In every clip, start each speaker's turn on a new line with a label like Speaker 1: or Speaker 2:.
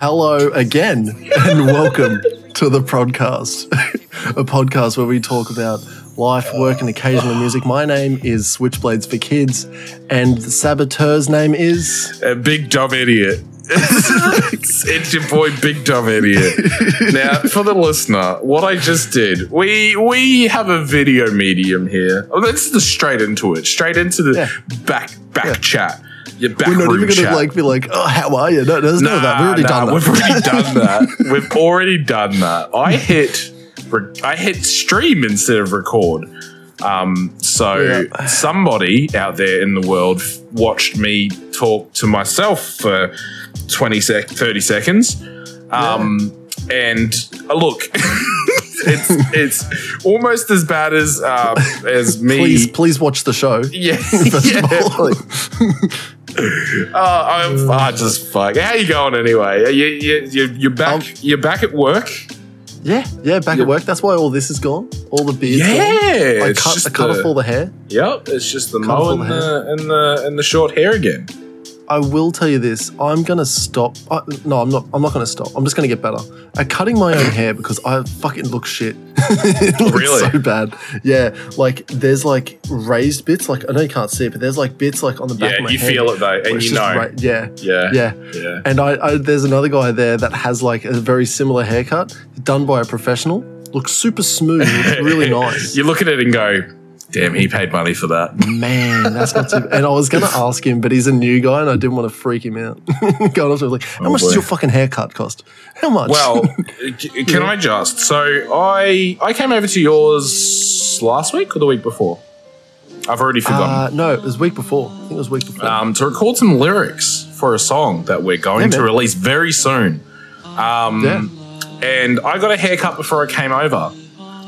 Speaker 1: Hello again, and welcome to the podcast, a podcast where we talk about life, work, and occasional music. My name is Switchblades for Kids, and the saboteur's name is.
Speaker 2: A big dumb idiot. it's your boy, big dumb idiot. Now, for the listener, what I just did, we we have a video medium here. Oh, let's just straight into it, straight into the
Speaker 1: Yeah.
Speaker 2: back back chat. Your back
Speaker 1: We're not even
Speaker 2: room
Speaker 1: going
Speaker 2: chat.
Speaker 1: to like be like, oh, how are you? No, there's no that. We've already
Speaker 2: Nah,
Speaker 1: done
Speaker 2: nah,
Speaker 1: that.
Speaker 2: We've already done that. We've already done that. I hit, re- I hit stream instead of record. Um, so
Speaker 1: Yeah.
Speaker 2: somebody out there in the world f- watched me talk to myself for twenty sec, thirty seconds. Um, And uh, look, it's it's almost as bad as uh, as me.
Speaker 1: Please, please watch the show.
Speaker 2: Yeah,
Speaker 1: First
Speaker 2: yeah.
Speaker 1: of all.
Speaker 2: Oh,
Speaker 1: Mm.
Speaker 2: I'm, I just fuck. How you going anyway? You, you, you, you're back.
Speaker 1: Um,
Speaker 2: you're back at work.
Speaker 1: yeah, yeah, back
Speaker 2: Yeah.
Speaker 1: at work. That's why all this is gone. All the beard's
Speaker 2: Yeah,
Speaker 1: gone. I
Speaker 2: it's
Speaker 1: cut,
Speaker 2: just
Speaker 1: I cut
Speaker 2: the-
Speaker 1: off all the hair.
Speaker 2: Yep, it's just the
Speaker 1: cut
Speaker 2: mo
Speaker 1: off all
Speaker 2: and
Speaker 1: the
Speaker 2: the, and the and the short hair again.
Speaker 1: I will tell you this. I'm gonna stop. I, no, I'm not. I'm not gonna stop. I'm just gonna get better at cutting my own hair because I fucking look shit. It looks
Speaker 2: Really?
Speaker 1: So bad. Yeah. Like there's like raised bits. Like I know you can't see it, but there's like bits like on the back.
Speaker 2: Yeah,
Speaker 1: of my
Speaker 2: you
Speaker 1: head
Speaker 2: feel it though,
Speaker 1: where
Speaker 2: and
Speaker 1: it's
Speaker 2: you
Speaker 1: just
Speaker 2: know.
Speaker 1: ra- yeah.
Speaker 2: Yeah, yeah,
Speaker 1: Yeah. And I, I there's another guy there that has like a very similar haircut done by a professional. Looks super smooth. Looks really nice.
Speaker 2: you look at it and go, "Damn, he paid money for that."
Speaker 1: Man, that's not too. And I was gonna ask him, but he's a new guy, and I didn't want to freak him out. Going up to him like, how
Speaker 2: Oh,
Speaker 1: much does
Speaker 2: boy.
Speaker 1: your fucking haircut cost? How much?
Speaker 2: Well, c- can I just? So I I came over to yours last week or the week before. I've already forgotten.
Speaker 1: uh, no, it was week before. I think it was week before.
Speaker 2: um, to record some lyrics for a song that we're going
Speaker 1: Yeah,
Speaker 2: to
Speaker 1: man.
Speaker 2: release very soon. Um,
Speaker 1: Yeah.
Speaker 2: And I got a haircut before I came over.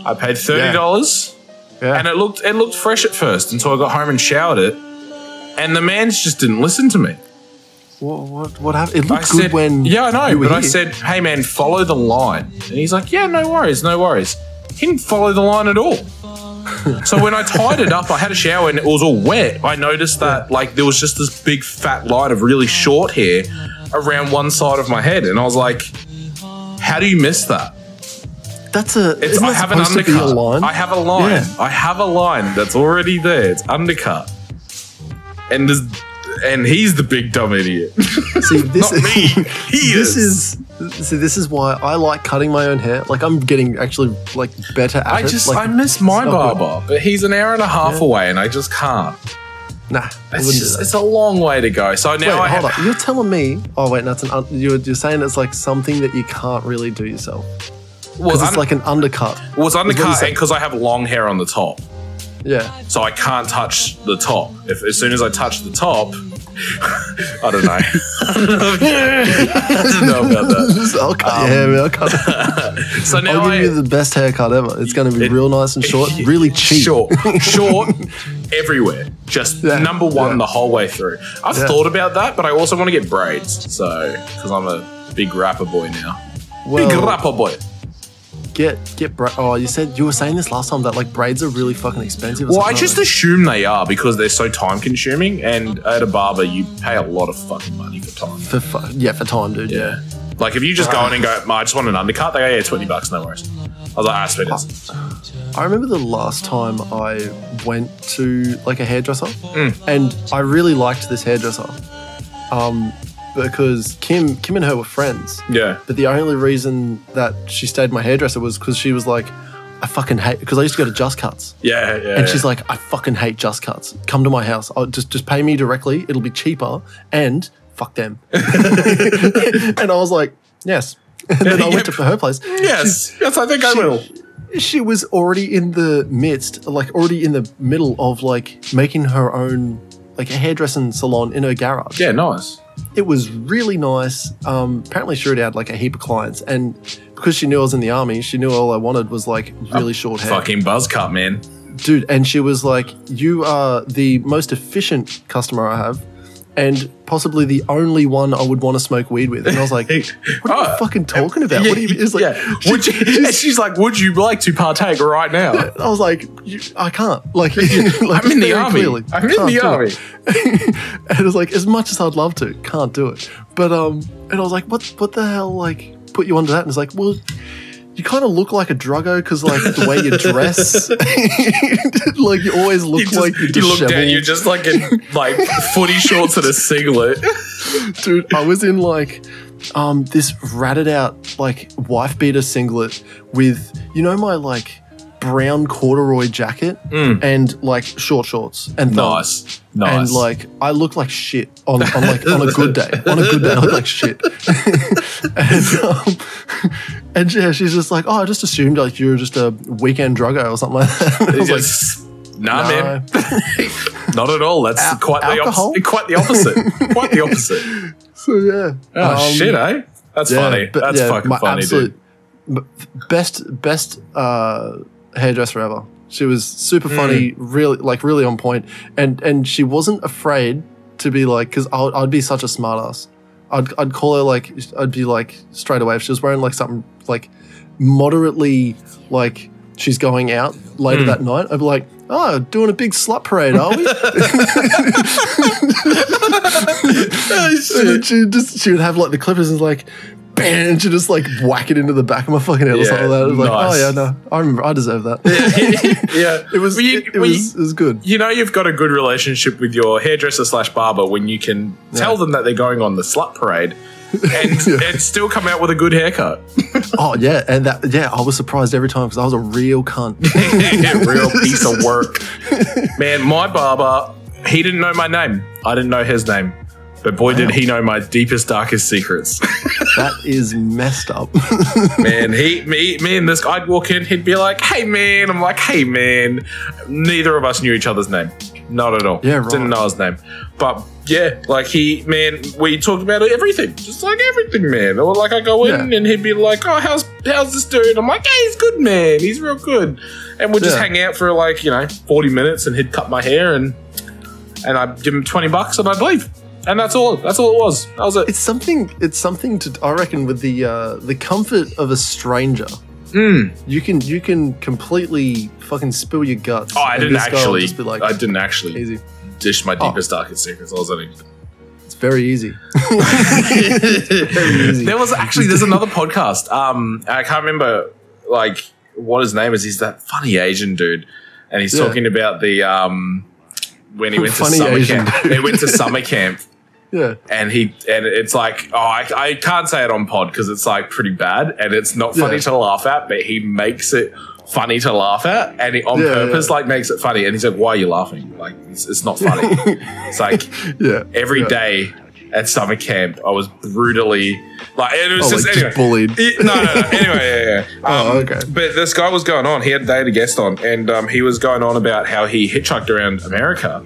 Speaker 2: I paid thirty dollars,
Speaker 1: yeah.
Speaker 2: and it looked it looked fresh at first until I got home and showered it. And the man just didn't listen to me.
Speaker 1: what, what, what happened? It
Speaker 2: I
Speaker 1: looked good
Speaker 2: said,
Speaker 1: when.
Speaker 2: "Yeah, I know,"
Speaker 1: you were
Speaker 2: but I
Speaker 1: here.
Speaker 2: said, "Hey, man, follow the line." And he's like, "Yeah, no worries, no worries." He didn't follow the line at all. so when I tied it up, I had a shower and it was all wet. I noticed that like there was just this big fat line of really short hair around one side of my head, and I was like, "How do you miss that?"
Speaker 1: that's a.
Speaker 2: It's,
Speaker 1: isn't
Speaker 2: I
Speaker 1: that
Speaker 2: have an
Speaker 1: supposed
Speaker 2: undercut.
Speaker 1: to be a line?
Speaker 2: I have a line.
Speaker 1: Yeah.
Speaker 2: I have a line that's already there. It's undercut, and this, and he's the big dumb idiot.
Speaker 1: See, this
Speaker 2: Not
Speaker 1: is,
Speaker 2: me. He
Speaker 1: this
Speaker 2: is.
Speaker 1: is. See, this is why I like cutting my own hair. Like I'm getting actually like better at
Speaker 2: I
Speaker 1: it.
Speaker 2: just
Speaker 1: like,
Speaker 2: I miss
Speaker 1: it's not
Speaker 2: my
Speaker 1: good.
Speaker 2: barber, but he's an hour and a half
Speaker 1: Yeah.
Speaker 2: away, and I just can't.
Speaker 1: Nah, I wouldn't
Speaker 2: It's
Speaker 1: do
Speaker 2: just
Speaker 1: that.
Speaker 2: it's a long way to go. So now
Speaker 1: Wait,
Speaker 2: I
Speaker 1: hold
Speaker 2: have,
Speaker 1: on. You're telling me? Oh wait, that's an. Un- you're, you're saying it's like something that you can't really do yourself
Speaker 2: was,
Speaker 1: because
Speaker 2: un-
Speaker 1: it's like an undercut.
Speaker 2: was
Speaker 1: what you
Speaker 2: undercut
Speaker 1: said.
Speaker 2: because I have long hair on the top,
Speaker 1: Yeah.
Speaker 2: so I can't touch the top. If as soon as I touch the top, I don't know. I don't know about that.
Speaker 1: Just- I'll cut your hair, man. I'll, cut it.
Speaker 2: So now
Speaker 1: Um, I'll
Speaker 2: I,
Speaker 1: give you the best haircut ever. It's going to be real nice and short, really cheap.
Speaker 2: Short, short, everywhere. Just
Speaker 1: Yeah,
Speaker 2: number one
Speaker 1: yeah.
Speaker 2: the whole way through. I've
Speaker 1: Yeah.
Speaker 2: thought about that, but I also want to get braids. So because I'm a big rapper boy now. big
Speaker 1: Well,
Speaker 2: rapper boy.
Speaker 1: get get bra- Oh, you said you were saying this last time that like braids are really fucking expensive. or
Speaker 2: Well, I
Speaker 1: something,
Speaker 2: just
Speaker 1: aren't
Speaker 2: assume they are because they're so time consuming, and at a barber you pay a lot of fucking money for time.
Speaker 1: they? for fu- yeah for time, dude. Yeah.
Speaker 2: Yeah. Like if you just go in and go, "Ma, I just want an undercut, they go, yeah, twenty bucks, no worries. I was like, ah, sweet. it's-
Speaker 1: I remember the last time I went to like a hairdresser, and I really liked this hairdresser, um, because Kim Kim and her were friends.
Speaker 2: Yeah.
Speaker 1: But the only reason that she stayed my hairdresser was because she was like, I fucking hate because I used to go to Just Cuts,
Speaker 2: Yeah, yeah.
Speaker 1: and she's like, I fucking hate Just Cuts. Come to my house. I'll just just pay me directly. It'll be cheaper, and fuck them. and I was like, yes. And then I went to her place.
Speaker 2: Yes. Yes, I think I
Speaker 1: she-
Speaker 2: will.
Speaker 1: She was already in the midst, like already in the middle of like making her own like a hairdressing salon in her garage
Speaker 2: Yeah, nice.
Speaker 1: it was really nice. Um, apparently, she already had like a heap of clients, and because she knew I was in the army, she knew all I wanted was like really short hair,
Speaker 2: Oh, Fucking buzz cut, man.
Speaker 1: dude. And she was like, "You are the most efficient customer I have. and possibly the only one I would want to smoke weed with. And I was like, what are you
Speaker 2: Oh.
Speaker 1: fucking talking about? what are you, it's like, she-
Speaker 2: Would you, and she's like, would you like to partake right now?
Speaker 1: I was like, you, I can't. Like, like,
Speaker 2: I'm in
Speaker 1: very
Speaker 2: the army. I'm in
Speaker 1: can't
Speaker 2: the
Speaker 1: do it.
Speaker 2: army.
Speaker 1: and it was like, as much as I'd love to, can't do it. But um, and I was like, what? What the hell? Like, put you under that? And it's like, well, you kind of look like a druggo because like the way you dress, like you always look
Speaker 2: You, just,
Speaker 1: like you're
Speaker 2: you look down,
Speaker 1: disheveled.
Speaker 2: you're just like in like footy shorts and a singlet.
Speaker 1: dude i was in like um this ratted out like wife beater singlet with you know my like brown corduroy jacket
Speaker 2: Mm.
Speaker 1: and like short shorts and thongs.
Speaker 2: Nice, nice.
Speaker 1: And like I look like shit on, on like on a good day. On a good day, I look like shit. and, um, and yeah, she's just like, oh, I just assumed like you were just a weekend druggo or something like that. And I was like,
Speaker 2: Just- nah,
Speaker 1: "No."
Speaker 2: man, not at all. That's
Speaker 1: Al-
Speaker 2: quite the
Speaker 1: alcohol?
Speaker 2: opposite. Quite the opposite. quite the opposite.
Speaker 1: So yeah.
Speaker 2: Oh
Speaker 1: Um,
Speaker 2: shit, eh? That's funny.
Speaker 1: but
Speaker 2: That's
Speaker 1: yeah,
Speaker 2: fucking
Speaker 1: my
Speaker 2: funny,
Speaker 1: absolute b- Best best uh, hairdresser ever. She was super
Speaker 2: Hmm.
Speaker 1: funny, really like really on point, and and she wasn't afraid to be like because I'd, I'd be such a smartass. I'd I'd call her like I'd be like straight away if she was wearing like something like moderately like she's going out later
Speaker 2: Mm.
Speaker 1: that night. I'd be like, oh, doing a big slut parade, are we?
Speaker 2: dude. oh
Speaker 1: And then she just she would have like the clippers and like bam, and she just like whack it into the back of my fucking head or
Speaker 2: Yeah,
Speaker 1: something like that. It was like,
Speaker 2: nice.
Speaker 1: oh yeah, no, I remember, I deserve that.
Speaker 2: yeah.
Speaker 1: it was
Speaker 2: Were you-
Speaker 1: it, it
Speaker 2: were you-
Speaker 1: was it was good.
Speaker 2: You know you've got a good relationship with your hairdresser slash barber when you can tell them that they're going on the slut parade and
Speaker 1: Yeah.
Speaker 2: and still come out with a good haircut.
Speaker 1: Oh yeah, and that yeah, I was surprised every time because I was a real cunt.
Speaker 2: Real piece of work. Man, my barber, he didn't know my name. I didn't know his name. But boy did he know my deepest, darkest secrets.
Speaker 1: that is messed up.
Speaker 2: man, he, me, me and this guy, I'd walk in, he'd be like, hey, man. I'm like, hey, man. Neither of us knew each other's name. Not at all.
Speaker 1: Yeah, right.
Speaker 2: Didn't know his name. But yeah, like he, man, we talked about everything. Just like everything, man. Or like I go in and he'd be like, oh, how's, how's this dude? I'm like, yeah, he's good, man. He's real good. And we'd just
Speaker 1: Yeah.
Speaker 2: hang out for like, you know, 40 minutes and he'd cut my hair and, and I'd give him 20 bucks and I'd leave. And that's all. That's all it was. That was it.
Speaker 1: it's something. It's something to I reckon with the uh, the comfort of a stranger.
Speaker 2: Mm.
Speaker 1: You can you can completely fucking spill your guts.
Speaker 2: Oh, I
Speaker 1: and
Speaker 2: didn't
Speaker 1: this guy will
Speaker 2: actually.
Speaker 1: Just be like,
Speaker 2: I didn't actually.
Speaker 1: easy.
Speaker 2: dish my
Speaker 1: Oh.
Speaker 2: deepest darkest secrets. I was only
Speaker 1: It's very easy. easy.
Speaker 2: there was actually there's another podcast. Um, I can't remember like what his name is. He's that funny Asian dude, and he's
Speaker 1: Yeah.
Speaker 2: talking about the um when he went to
Speaker 1: Funny
Speaker 2: summer
Speaker 1: Asian
Speaker 2: camp.
Speaker 1: dude.
Speaker 2: They went to summer camp,
Speaker 1: Yeah.
Speaker 2: and he and it's like oh I, I can't say it on pod because it's like pretty bad and it's not funny
Speaker 1: Yeah.
Speaker 2: to laugh at, but he makes it funny to laugh at and he on
Speaker 1: Yeah,
Speaker 2: purpose
Speaker 1: yeah.
Speaker 2: like makes it funny and he's like why are you laughing like it's, it's not funny it's like
Speaker 1: Yeah.
Speaker 2: every
Speaker 1: Yeah.
Speaker 2: day at summer camp. I was brutally like it was
Speaker 1: Oh,
Speaker 2: just
Speaker 1: like
Speaker 2: anyway.
Speaker 1: just bullied.
Speaker 2: It- no, no, no. Anyway, yeah, yeah. Um,
Speaker 1: Oh, okay.
Speaker 2: But this guy was going on. He had they had a guest on, and um, he was going on about how he hitchhiked around America,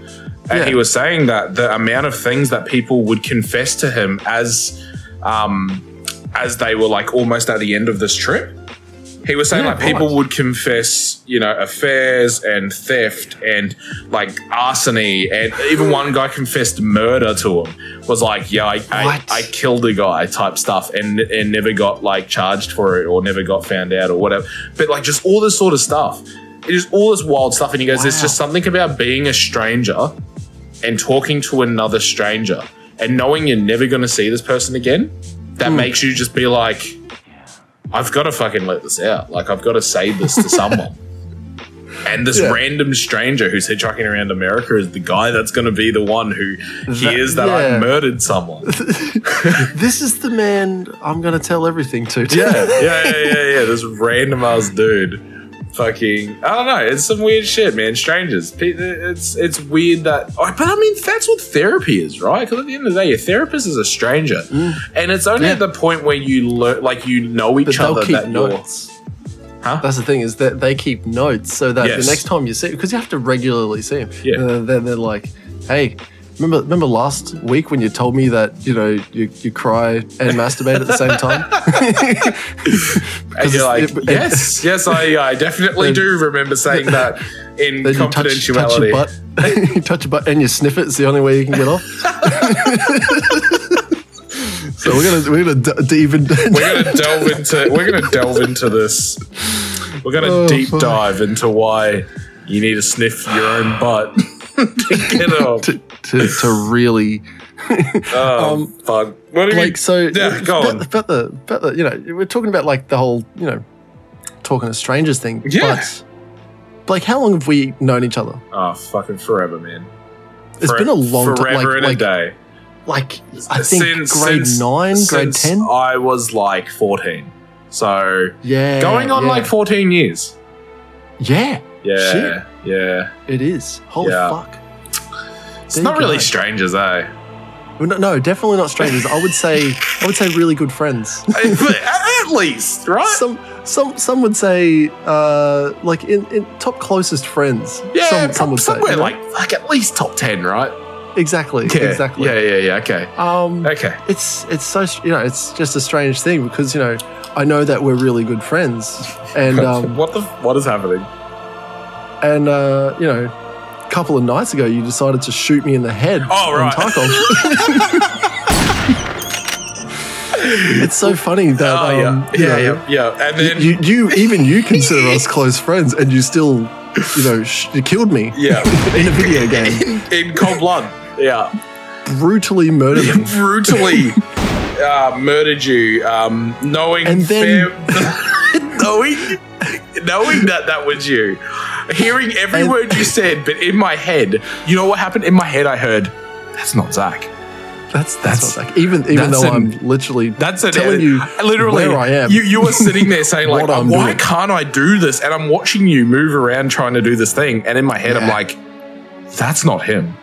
Speaker 2: and
Speaker 1: Yeah.
Speaker 2: he was saying that the amount of things that people would confess to him as, um, as they were like almost at the end of this trip. He was saying
Speaker 1: Yeah,
Speaker 2: like people
Speaker 1: right.
Speaker 2: would confess, you know, affairs and theft and like arsony, and even one guy confessed murder to him. Was like, yeah, I, I,
Speaker 1: What?
Speaker 2: I killed a guy type stuff, and and never got like charged for it or never got found out or whatever. But like just all this sort of stuff, it is all this wild stuff. And he goes, there's
Speaker 1: Wow.
Speaker 2: just something about being a stranger and talking to another stranger and knowing you're never going to see this person again,
Speaker 1: Hmm.
Speaker 2: that makes you just be like, I've got to fucking let this out. Like, I've got to say this to someone. And this
Speaker 1: Yeah.
Speaker 2: random stranger who's hitchhiking around America is the guy that's going to be the one who hears that, I
Speaker 1: yeah.
Speaker 2: murdered someone.
Speaker 1: This is the man I'm going to tell everything to.
Speaker 2: yeah, yeah, yeah, yeah, yeah. This random ass dude. Fucking, I don't know. It's some weird shit, man. Strangers. Pe- It's it's weird that, oh, but I mean, that's what therapy is, right? Because at the end of the day, your therapist is a stranger, and it's only
Speaker 1: Mm. Yeah.
Speaker 2: at the point where you learn, like you know each
Speaker 1: but
Speaker 2: other,
Speaker 1: they'll keep
Speaker 2: that you're.
Speaker 1: notes.
Speaker 2: Huh?
Speaker 1: That's the thing is that they keep notes so that
Speaker 2: Yes.
Speaker 1: the next time you see Uh, because you have to regularly see them.
Speaker 2: Yeah.
Speaker 1: then they're like, hey, Remember, remember last week when you told me that you know you, you cry and masturbate at the same time?
Speaker 2: And you're like,
Speaker 1: it- it-
Speaker 2: yes, yes, I, I definitely do remember saying that in
Speaker 1: Then you touch, touch your
Speaker 2: confidentiality.
Speaker 1: butt, you touch your butt, and you sniff it. It's the only way you can get off. so we're gonna we're gonna d- d- even
Speaker 2: we're gonna delve into we're gonna delve into this. We're gonna
Speaker 1: Oh,
Speaker 2: deep
Speaker 1: fuck.
Speaker 2: dive into why you need to sniff your own butt to get off.
Speaker 1: to, to, to really
Speaker 2: Oh, fuck. What do you
Speaker 1: Um, like so
Speaker 2: Yeah, go
Speaker 1: about,
Speaker 2: on.
Speaker 1: about the about the you know we're talking about like the whole you know talking to strangers thing
Speaker 2: Yeah.
Speaker 1: but like how long have we known each other
Speaker 2: Oh, fucking forever, man.
Speaker 1: It's
Speaker 2: Fore-
Speaker 1: been a long time
Speaker 2: forever
Speaker 1: like
Speaker 2: and a
Speaker 1: like,
Speaker 2: day.
Speaker 1: like i think
Speaker 2: Since-
Speaker 1: grade
Speaker 2: since-
Speaker 1: 9 grade
Speaker 2: since
Speaker 1: 10
Speaker 2: I was like 14. So
Speaker 1: yeah
Speaker 2: going on
Speaker 1: yeah.
Speaker 2: like 14 years.
Speaker 1: yeah
Speaker 2: Yeah.
Speaker 1: Shit.
Speaker 2: Yeah.
Speaker 1: it is holy
Speaker 2: Yeah.
Speaker 1: fuck
Speaker 2: It's
Speaker 1: There
Speaker 2: not
Speaker 1: you
Speaker 2: really
Speaker 1: go.
Speaker 2: strangers, eh?
Speaker 1: Well, no, no definitely not strangers i would say i would say really good friends
Speaker 2: at least, right?
Speaker 1: some some some would say uh like in, in top closest friends
Speaker 2: yeah,
Speaker 1: some,
Speaker 2: prob-
Speaker 1: some would say,
Speaker 2: somewhere
Speaker 1: you know?
Speaker 2: like like at least top ten, right?
Speaker 1: exactly
Speaker 2: Yeah,
Speaker 1: exactly
Speaker 2: Yeah, yeah, yeah. Okay,
Speaker 1: um
Speaker 2: okay.
Speaker 1: it's it's so str- you know it's just a strange thing because you know I know that we're really good friends and um, uh,
Speaker 2: what the what is happening?
Speaker 1: and uh, you know a couple of nights ago you decided to shoot me in the head
Speaker 2: Oh, right.
Speaker 1: on Tarkov. it's so funny that
Speaker 2: oh
Speaker 1: um,
Speaker 2: yeah,
Speaker 1: you
Speaker 2: yeah,
Speaker 1: know,
Speaker 2: yeah, yeah. And
Speaker 1: you-
Speaker 2: then
Speaker 1: You, you even you consider us close friends and you still you know sh- you killed me
Speaker 2: yeah,
Speaker 1: in a video game
Speaker 2: in cold blood. Yeah,
Speaker 1: brutally murdered me
Speaker 2: brutally uh, murdered you, um, knowing
Speaker 1: And then-
Speaker 2: fair- knowing knowing that that was you, hearing every
Speaker 1: And-
Speaker 2: word you said, but in my head, you know what happened? In my head, I heard that's not Zach.
Speaker 1: that's
Speaker 2: That's-
Speaker 1: that's, not like even even
Speaker 2: that's
Speaker 1: though
Speaker 2: an-
Speaker 1: I'm literally
Speaker 2: That's it.
Speaker 1: Telling you
Speaker 2: literally
Speaker 1: where I am.
Speaker 2: You, you were sitting there saying like,
Speaker 1: What I'm
Speaker 2: why
Speaker 1: doing."
Speaker 2: can't I do this? And I'm watching you move around trying to do this thing, and in my head I'm
Speaker 1: Yeah.
Speaker 2: like, that's not him.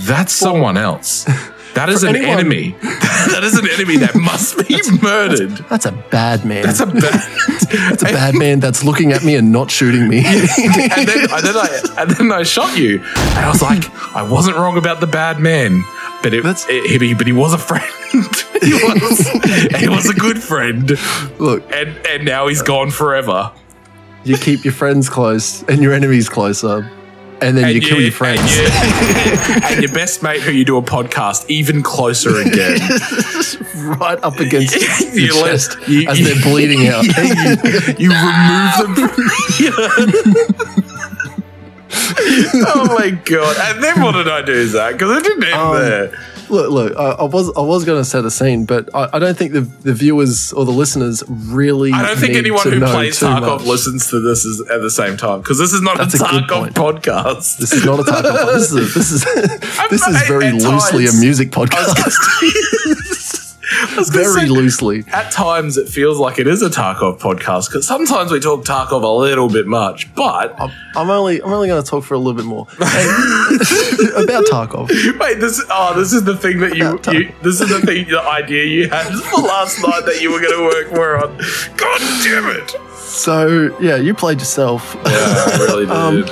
Speaker 2: That's someone else. That is
Speaker 1: For
Speaker 2: an
Speaker 1: anyone-
Speaker 2: enemy. that is an enemy that must be murdered.
Speaker 1: that's a bad man
Speaker 2: That's a bad.
Speaker 1: It's a bad man that's looking at me and not shooting me.
Speaker 2: and then, and then I and then I shot you, and I was like, I wasn't wrong about the bad man, but it,
Speaker 1: That's-
Speaker 2: it he, but he was a friend. he was he was a good friend,
Speaker 1: Look,
Speaker 2: and and now he's gone forever.
Speaker 1: you keep your friends close and your enemies closer, and then you kill your friends.
Speaker 2: and you- and your best mate who you do a podcast even closer again.
Speaker 1: right up against
Speaker 2: You
Speaker 1: your
Speaker 2: let-
Speaker 1: chest
Speaker 2: you-
Speaker 1: as
Speaker 2: you-
Speaker 1: they're bleeding out.
Speaker 2: you remove them from Oh my god. And then what did I do, Zach? Because I didn't end
Speaker 1: Um,
Speaker 2: there.
Speaker 1: look, look, I, I was I was going to set a scene, but I, I don't think the the viewers or the listeners really.
Speaker 2: I don't think
Speaker 1: need
Speaker 2: anyone
Speaker 1: to
Speaker 2: who
Speaker 1: know
Speaker 2: plays
Speaker 1: too
Speaker 2: Tarkov
Speaker 1: much.
Speaker 2: listens to this is, at the same time. Because this is not
Speaker 1: That's
Speaker 2: a
Speaker 1: a good
Speaker 2: Tarkov
Speaker 1: point.
Speaker 2: podcast.
Speaker 1: This is not a Tarkov. this is a, this is this is
Speaker 2: I-
Speaker 1: very
Speaker 2: at
Speaker 1: loosely
Speaker 2: times-
Speaker 1: a music podcast.
Speaker 2: I was gonna
Speaker 1: Very
Speaker 2: say-
Speaker 1: loosely.
Speaker 2: at times it feels like it is a Tarkov podcast because sometimes we talk Tarkov a little bit much, but
Speaker 1: I'm, I'm only I'm only going to talk for a little bit more Hey, about Tarkov.
Speaker 2: wait, this oh, this is the thing that you,
Speaker 1: About Tarkov.
Speaker 2: you this is the thing the idea you had for last night that you were going to work more on. God damn it!
Speaker 1: So yeah, you played yourself.
Speaker 2: Yeah, I really did.
Speaker 1: Um,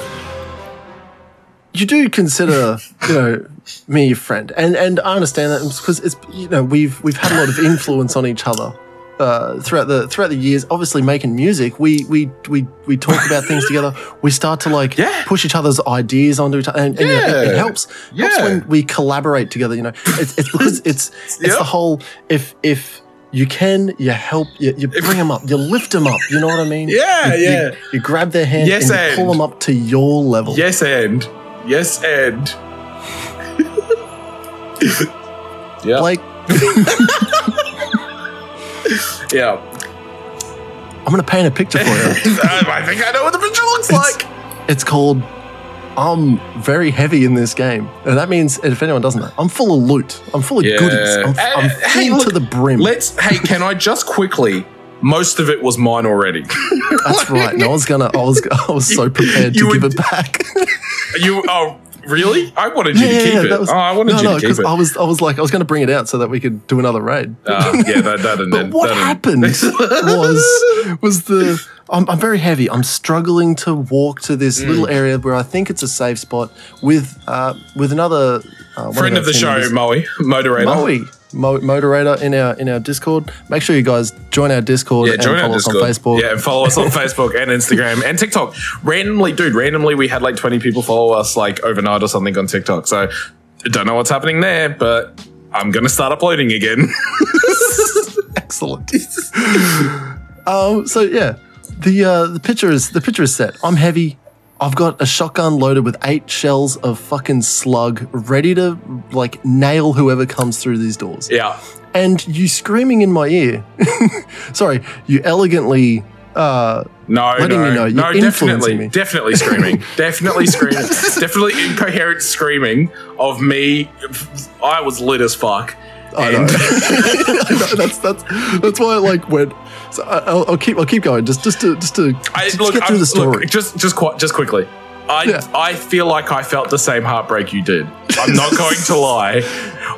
Speaker 1: You do consider, you know, me your friend, and and I understand that because it's you know we've we've had a lot of influence on each other uh, throughout the throughout the years. Obviously, making music, we we we we talk about things together. We start to like
Speaker 2: Yeah.
Speaker 1: push each other's ideas onto each other, and, and, you know, it, it
Speaker 2: Yeah.
Speaker 1: helps.
Speaker 2: Yeah.
Speaker 1: Helps when we collaborate together. You know, it's, it's because it's it's
Speaker 2: Yep.
Speaker 1: the whole if if. You can, you help, you, you bring them up, you lift them up. You know what I mean?
Speaker 2: Yeah,
Speaker 1: You- you-
Speaker 2: yeah.
Speaker 1: You grab their hand
Speaker 2: Yes,
Speaker 1: and you pull them
Speaker 2: and-
Speaker 1: up to your level.
Speaker 2: yes, and yes, and yeah,
Speaker 1: Like,
Speaker 2: yeah.
Speaker 1: I'm going to paint a picture for you.
Speaker 2: Um, I think I know what the picture looks
Speaker 1: It's-
Speaker 2: like.
Speaker 1: It's called I'm very heavy in this game. And that means, if anyone doesn't know, I'm full of loot. I'm full of
Speaker 2: Yeah.
Speaker 1: goodies. I'm,
Speaker 2: Uh,
Speaker 1: I'm
Speaker 2: hey,
Speaker 1: full
Speaker 2: look,
Speaker 1: to the brim.
Speaker 2: Let's. Hey, can I just quickly? Most of it was mine already.
Speaker 1: That's right. And I was going to, I was, I was so prepared
Speaker 2: you
Speaker 1: to give
Speaker 2: would-
Speaker 1: it back.
Speaker 2: You oh really? I wanted you to keep it. Oh, I wanted
Speaker 1: no,
Speaker 2: you
Speaker 1: no,
Speaker 2: to keep
Speaker 1: because
Speaker 2: it.
Speaker 1: I was, I was like, I was going to bring it out so that we could do another raid.
Speaker 2: Uh, yeah, that, that and
Speaker 1: But what happened was was the I'm, I'm very heavy. I'm struggling
Speaker 2: Mm.
Speaker 1: to walk to this little area where I think it's a safe spot with uh, with another Uh, one
Speaker 2: Friend
Speaker 1: our
Speaker 2: of the
Speaker 1: team
Speaker 2: show,
Speaker 1: members-
Speaker 2: Moe, moderator.
Speaker 1: Moe, Mo- moderator in our in our Discord. Make sure you guys join our Discord
Speaker 2: Yeah,
Speaker 1: and
Speaker 2: join
Speaker 1: follow
Speaker 2: our
Speaker 1: us on
Speaker 2: Discord.
Speaker 1: Facebook.
Speaker 2: Yeah, and follow us on Facebook and Instagram and TikTok. Randomly, dude, randomly we had like 20 people follow us like overnight or something on TikTok. So don't know what's happening there, but I'm gonna start uploading again.
Speaker 1: Excellent. um, so yeah, the uh, the picture is the picture is set. I'm heavy. I've got a shotgun loaded with eight shells of fucking slug, ready to like nail whoever comes through these doors.
Speaker 2: yeah.
Speaker 1: And you screaming in my ear. Sorry, you elegantly. Uh,
Speaker 2: No,
Speaker 1: Letting
Speaker 2: no,
Speaker 1: you know,
Speaker 2: no,
Speaker 1: you're
Speaker 2: definitely,
Speaker 1: influencing me.
Speaker 2: definitely screaming, definitely screaming, definitely incoherent screaming of me. I was lit as fuck.
Speaker 1: I know.
Speaker 2: And-
Speaker 1: I know, that's that's that's why I like went. So I, I'll, I'll keep I'll keep going just just to just to,
Speaker 2: I,
Speaker 1: just to
Speaker 2: look,
Speaker 1: get through
Speaker 2: I'm-
Speaker 1: the story.
Speaker 2: Look, just, just, qui- just quickly. I,
Speaker 1: Yeah.
Speaker 2: I feel like I felt the same heartbreak you did. I'm not going to lie.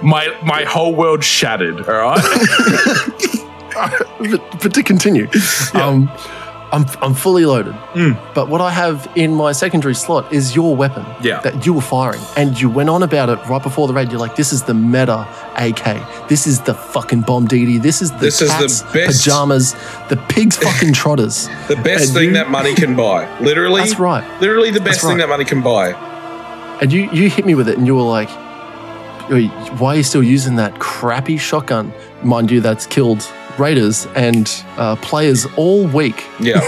Speaker 2: My, my whole world shattered. All right.
Speaker 1: but, but to continue, um, I'm, I'm fully loaded.
Speaker 2: Mm.
Speaker 1: But what I have in my secondary slot is your weapon
Speaker 2: Yeah.
Speaker 1: that you were firing. And you went on about it right before the raid. You're like, this is the meta AK. This is the fucking bomb DD. This is the
Speaker 2: This is the
Speaker 1: cat's
Speaker 2: best-
Speaker 1: pajamas, the pig's fucking trotters.
Speaker 2: The best
Speaker 1: And thing you-
Speaker 2: that money can buy. Literally.
Speaker 1: That's right.
Speaker 2: Literally the
Speaker 1: best That's thing right. that
Speaker 2: money can buy.
Speaker 1: And you, you hit me with it and you were like, "Oi, why are you still using that crappy shotgun? Mind you, that's killed raiders and uh, players all week.
Speaker 2: Yeah.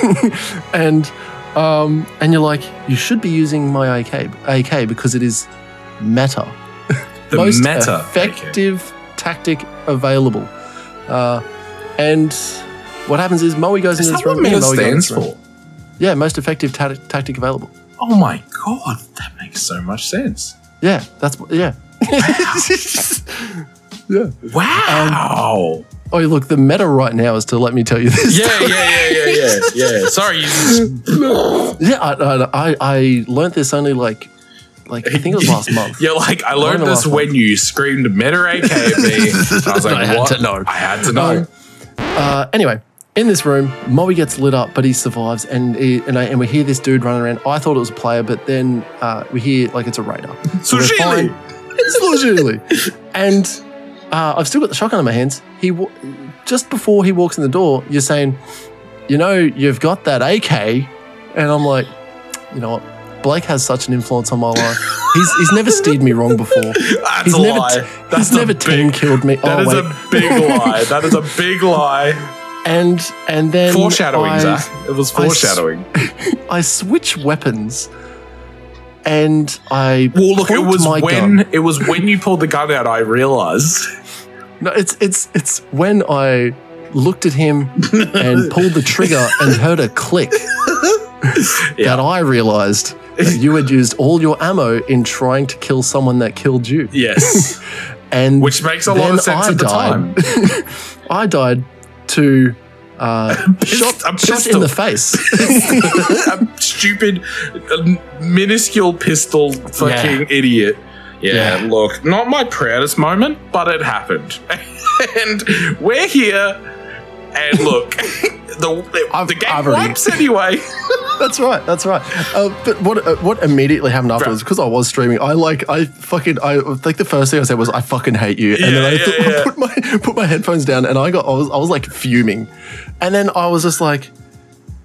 Speaker 1: and um, and you're like, you should be using my AK, AK because it is meta,
Speaker 2: The
Speaker 1: most
Speaker 2: meta.
Speaker 1: effective tactic available. Uh, and what happens is Moe goes
Speaker 2: Is
Speaker 1: into
Speaker 2: that
Speaker 1: this room.
Speaker 2: what meta
Speaker 1: yeah, Moe goes into
Speaker 2: stands
Speaker 1: this room.
Speaker 2: for?
Speaker 1: Yeah, most effective tac tactic available.
Speaker 2: Oh my God. That makes so much sense.
Speaker 1: Yeah, that's yeah. yeah.
Speaker 2: Wow.
Speaker 1: Oh, look, the meta right now is to let me tell you this.
Speaker 2: yeah, yeah, yeah, yeah, yeah, yeah. Sorry, you just,
Speaker 1: yeah. I, I, I- I learned this only like, like I think it was last month.
Speaker 2: you're like, I
Speaker 1: Learn
Speaker 2: learned
Speaker 1: a
Speaker 2: this
Speaker 1: lot.
Speaker 2: when you screamed meta AK at me. I was like,
Speaker 1: I had
Speaker 2: what?
Speaker 1: to know.
Speaker 2: I had to know.
Speaker 1: Um, Uh, anyway, in this room, Moe gets lit up, but he survives, and he, and, I, and we hear this dude running around. I thought it was a player, but then uh, we hear like it's a raider.
Speaker 2: so
Speaker 1: We're
Speaker 2: Sheely,
Speaker 1: fine. It's legitimately. and uh, I've still got the shotgun in my hands. He wa- just before he walks in the door, you're saying, you know, you've got that AK, and I'm like, you know what? Blake has such an influence on my life. He's, he's never steered me wrong before.
Speaker 2: that's
Speaker 1: He's
Speaker 2: a
Speaker 1: never,
Speaker 2: lie. that's
Speaker 1: he's never
Speaker 2: a
Speaker 1: team
Speaker 2: big,
Speaker 1: killed me.
Speaker 2: That
Speaker 1: oh,
Speaker 2: is
Speaker 1: wait.
Speaker 2: a big lie. That is a big lie.
Speaker 1: and and then
Speaker 2: Foreshadowing,
Speaker 1: I-
Speaker 2: Zach. It was
Speaker 1: I s-
Speaker 2: foreshadowing.
Speaker 1: I switch weapons and I
Speaker 2: well, look, it
Speaker 1: point
Speaker 2: was
Speaker 1: my
Speaker 2: when
Speaker 1: gun.
Speaker 2: it was when you pulled the gun out. I realized.
Speaker 1: No, it's it's it's when I looked at him and pulled the trigger and heard a click
Speaker 2: Yeah.
Speaker 1: that I realized that you had used all your ammo in trying to kill someone that killed you.
Speaker 2: Yes,
Speaker 1: And
Speaker 2: which makes a lot
Speaker 1: then
Speaker 2: of sense
Speaker 1: I
Speaker 2: at the time.
Speaker 1: died. I died to uh, shot,
Speaker 2: a
Speaker 1: shot in
Speaker 2: pistol.
Speaker 1: the face.
Speaker 2: a stupid, um, minuscule pistol fucking idiot. Yeah,
Speaker 1: Yeah.
Speaker 2: look, not my proudest moment, but it happened. and we're here, and look, the, the,
Speaker 1: I've-
Speaker 2: the game
Speaker 1: I've already-
Speaker 2: wipes anyway.
Speaker 1: That's right. That's right. Uh, but what uh, what immediately happened afterwards? Because I was streaming, I like I fucking I like the first thing I said was I fucking hate you, and then I
Speaker 2: Yeah,
Speaker 1: th-
Speaker 2: yeah, yeah.
Speaker 1: put my put my headphones down, and I got I was I was like fuming, and then I was just like,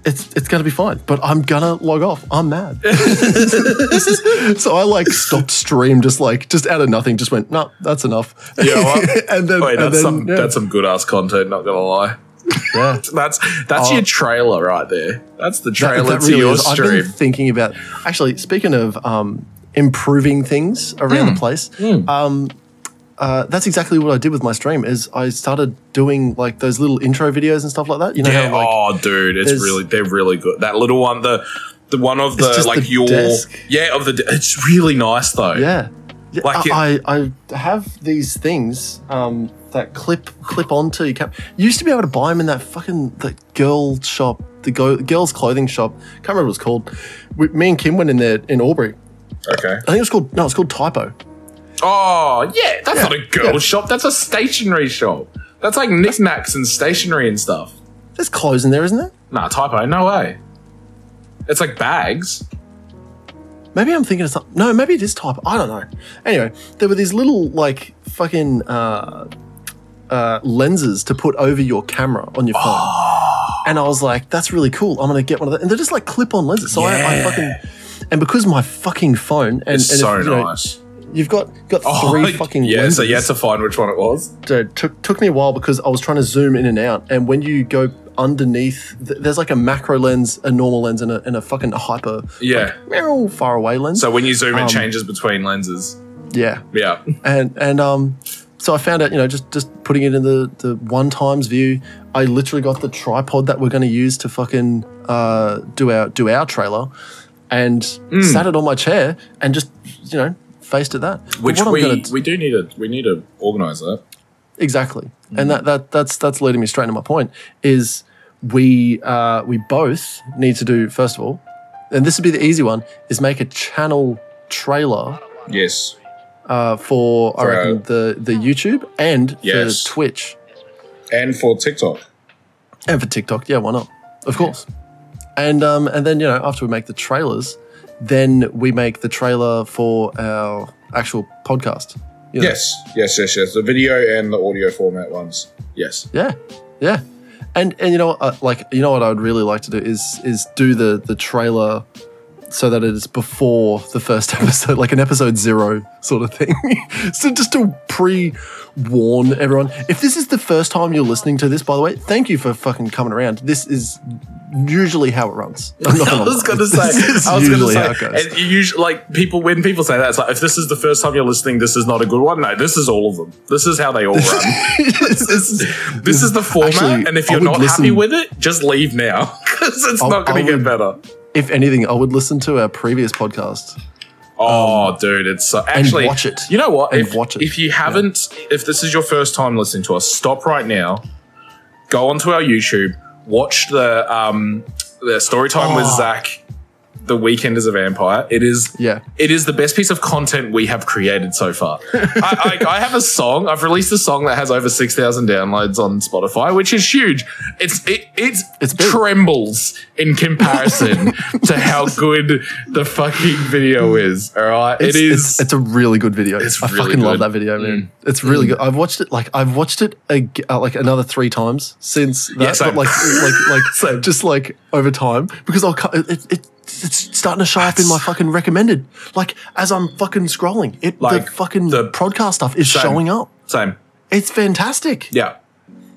Speaker 1: it's it's gonna be fine, but I'm gonna log off. I'm mad. This is- so I like stopped stream, just like just out of nothing, just went no, that's enough.
Speaker 2: You know what?
Speaker 1: and then
Speaker 2: Wait,
Speaker 1: and
Speaker 2: that's
Speaker 1: then,
Speaker 2: some
Speaker 1: yeah,
Speaker 2: that's some good ass content. Not gonna lie,
Speaker 1: yeah.
Speaker 2: that's that's
Speaker 1: Oh.
Speaker 2: your trailer right there. That's the
Speaker 1: That-
Speaker 2: trailer
Speaker 1: that
Speaker 2: to
Speaker 1: really
Speaker 2: your
Speaker 1: is. I've
Speaker 2: E stream.
Speaker 1: been thinking about actually speaking of um, improving things around
Speaker 2: Hmm.
Speaker 1: the place. Um, uh, that's exactly what I did with my stream. Is I started doing like those little intro videos and stuff like that. You know,
Speaker 2: Yeah,
Speaker 1: how, like,
Speaker 2: oh, dude, it's
Speaker 1: there's-
Speaker 2: really they're really good. That little one, the the one of the
Speaker 1: just
Speaker 2: like
Speaker 1: the
Speaker 2: your
Speaker 1: desk.
Speaker 2: yeah of the de- it's really nice though.
Speaker 1: yeah, Yeah,
Speaker 2: Like it-
Speaker 1: I, I, I have these things um, that clip clip onto your cap. You used to be able to buy them in that fucking that girl shop, the go, girls clothing shop. Can't remember what it was called. We, me and Kim went in there in Albury.
Speaker 2: Okay.
Speaker 1: I think it was called no, it's called Typo.
Speaker 2: Oh, yeah, that's not a girl
Speaker 1: yeah.
Speaker 2: shop. That's a stationery shop. That's like knickknacks and stationery and stuff.
Speaker 1: There's clothes in there, isn't there?
Speaker 2: Nah, typo, no way. It's like bags.
Speaker 1: Maybe I'm thinking of something. No, maybe it is type. I don't know. Anyway, there were these little like fucking uh, uh, lenses to put over your camera on your phone.
Speaker 3: Oh.
Speaker 1: And I was like, that's really cool. I'm gonna get one of those. And they're just like clip-on lenses. So I, I
Speaker 3: Yeah.
Speaker 1: fucking and because my fucking phone and,
Speaker 3: It's
Speaker 1: and if,
Speaker 3: so
Speaker 1: you know,
Speaker 3: nice.
Speaker 1: You've got got
Speaker 3: Oh,
Speaker 1: three fucking
Speaker 3: yeah.
Speaker 1: lenses.
Speaker 3: So you had to find which one it was.
Speaker 1: Dude, took took me a while because I was trying to zoom in and out. And when you go underneath, th- there's like a macro lens, a normal lens, and a, and a fucking hyper
Speaker 3: Yeah.
Speaker 1: real far away lens.
Speaker 3: So when you zoom,
Speaker 1: Um,
Speaker 3: it changes between lenses.
Speaker 1: yeah,
Speaker 3: Yeah.
Speaker 1: and and um, so I found out, you know, just just putting it in the the one times view. I literally got the tripod that we're going to use to fucking uh, do our do our trailer, and
Speaker 3: Mm.
Speaker 1: sat it on my chair and just you know faced at that. But
Speaker 3: Which
Speaker 1: what I'm
Speaker 3: we
Speaker 1: gonna d-
Speaker 3: we do need to we need to organize that.
Speaker 1: Exactly,
Speaker 3: Mm.
Speaker 1: and that, that that's that's leading me straight to my point is we uh, we both need to do first of all, and this would be the easy one is make a channel trailer
Speaker 3: Yes.
Speaker 1: uh, for, I
Speaker 3: For, uh,
Speaker 1: reckon the the YouTube and
Speaker 3: Yes.
Speaker 1: for Twitch
Speaker 3: And for TikTok.
Speaker 1: and for TikTok. Yeah, why not? Of course. And um and then you know after we make the trailers, then we make the trailer for our actual podcast. you know.
Speaker 3: Yes. Yes. Yes. Yes. The video and the audio format ones. Yes.
Speaker 1: Yeah, yeah, and and you know, uh, like you know what I would really like to do is is do the the trailer so that it is before the first episode, like an episode zero sort of thing. so just to pre warn everyone. If this is the first time you're listening to this, by the way, thank you for fucking coming around. This is usually how it runs. I'm not
Speaker 3: I
Speaker 1: gonna
Speaker 3: was
Speaker 1: lie.
Speaker 3: gonna say.
Speaker 1: This is
Speaker 3: I was
Speaker 1: usually
Speaker 3: gonna
Speaker 1: how it
Speaker 3: say.
Speaker 1: goes.
Speaker 3: And you usually, like people when people say that, it's like if this is the first time you're listening, this is not a good one. No, this is all of them. This is how they all run.
Speaker 1: This is-
Speaker 3: this is the format,
Speaker 1: Actually,
Speaker 3: and if
Speaker 1: I
Speaker 3: you're
Speaker 1: would
Speaker 3: not happy
Speaker 1: listen-
Speaker 3: with it, just leave now because it's
Speaker 1: I-
Speaker 3: not
Speaker 1: I
Speaker 3: going to
Speaker 1: would-
Speaker 3: get better.
Speaker 1: if anything, I would listen to our previous podcast.
Speaker 3: Oh, dude, it's so, actually
Speaker 1: Um, watch it.
Speaker 3: You know what?
Speaker 1: And
Speaker 3: if,
Speaker 1: watch it.
Speaker 3: If you haven't, if this is your first time listening to us, stop right now. Go onto our YouTube. Watch the um the story time with
Speaker 1: Oh.
Speaker 3: Zach. The weekend is a vampire. It is
Speaker 1: Yeah.
Speaker 3: It is the best piece of content we have created so far. I, I, I have a song. I've released a song that has over six thousand downloads on Spotify, which is huge. It's it it's,
Speaker 1: It's big.
Speaker 3: trembles in comparison to how good the fucking video is. All right, it's,
Speaker 1: It's, it's a really good video.
Speaker 3: It's
Speaker 1: I
Speaker 3: really
Speaker 1: fucking love
Speaker 3: good. Mm.
Speaker 1: that video, man. It's really good. I've watched it like I've watched it ag- uh, like another three times since that,
Speaker 3: Yeah,
Speaker 1: but
Speaker 3: same.
Speaker 1: like like like
Speaker 3: Same.
Speaker 1: just like over time because I'll cut it. it it's starting to show up in my fucking recommended. Like as I'm fucking scrolling, it
Speaker 3: Like,
Speaker 1: the fucking
Speaker 3: the-
Speaker 1: podcast stuff is
Speaker 3: same.
Speaker 1: showing up.
Speaker 3: same.
Speaker 1: It's fantastic.
Speaker 3: Yeah,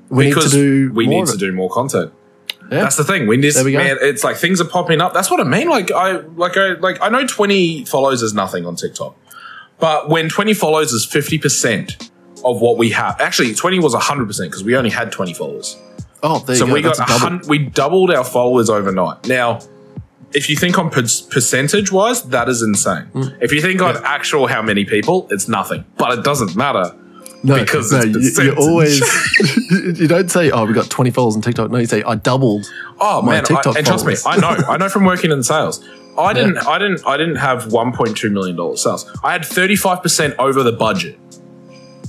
Speaker 1: we need to
Speaker 3: because
Speaker 1: do
Speaker 3: we
Speaker 1: more
Speaker 3: need
Speaker 1: of
Speaker 3: to
Speaker 1: it.
Speaker 3: do more content.
Speaker 1: Yeah.
Speaker 3: That's the thing. When this
Speaker 1: There we go.
Speaker 3: man, it's like things are popping up. That's what I mean. Like I like I like I know twenty follows is nothing on TikTok, but when twenty follows is fifty percent of what we have. Actually, twenty was hundred percent because we only had twenty followers.
Speaker 1: Oh, there you
Speaker 3: So
Speaker 1: go.
Speaker 3: we got
Speaker 1: That's a double.
Speaker 3: 100, we doubled our followers overnight. Now, if you think on per- percentage wise, that is insane.
Speaker 1: Mm.
Speaker 3: If you think on actual how many people, it's nothing. But it doesn't matter.
Speaker 1: No,
Speaker 3: because
Speaker 1: no,
Speaker 3: it's
Speaker 1: you, you
Speaker 3: percentage.
Speaker 1: always you don't say, "Oh, we got twenty followers on TikTok." No, you say, "I doubled."
Speaker 3: Oh
Speaker 1: my
Speaker 3: man,
Speaker 1: TikTok
Speaker 3: I, and trust me, I
Speaker 1: followers.
Speaker 3: know. I know from working in sales. I didn't. I didn't. I didn't have 1.2 million dollars sales. I had 35 percent over the budget.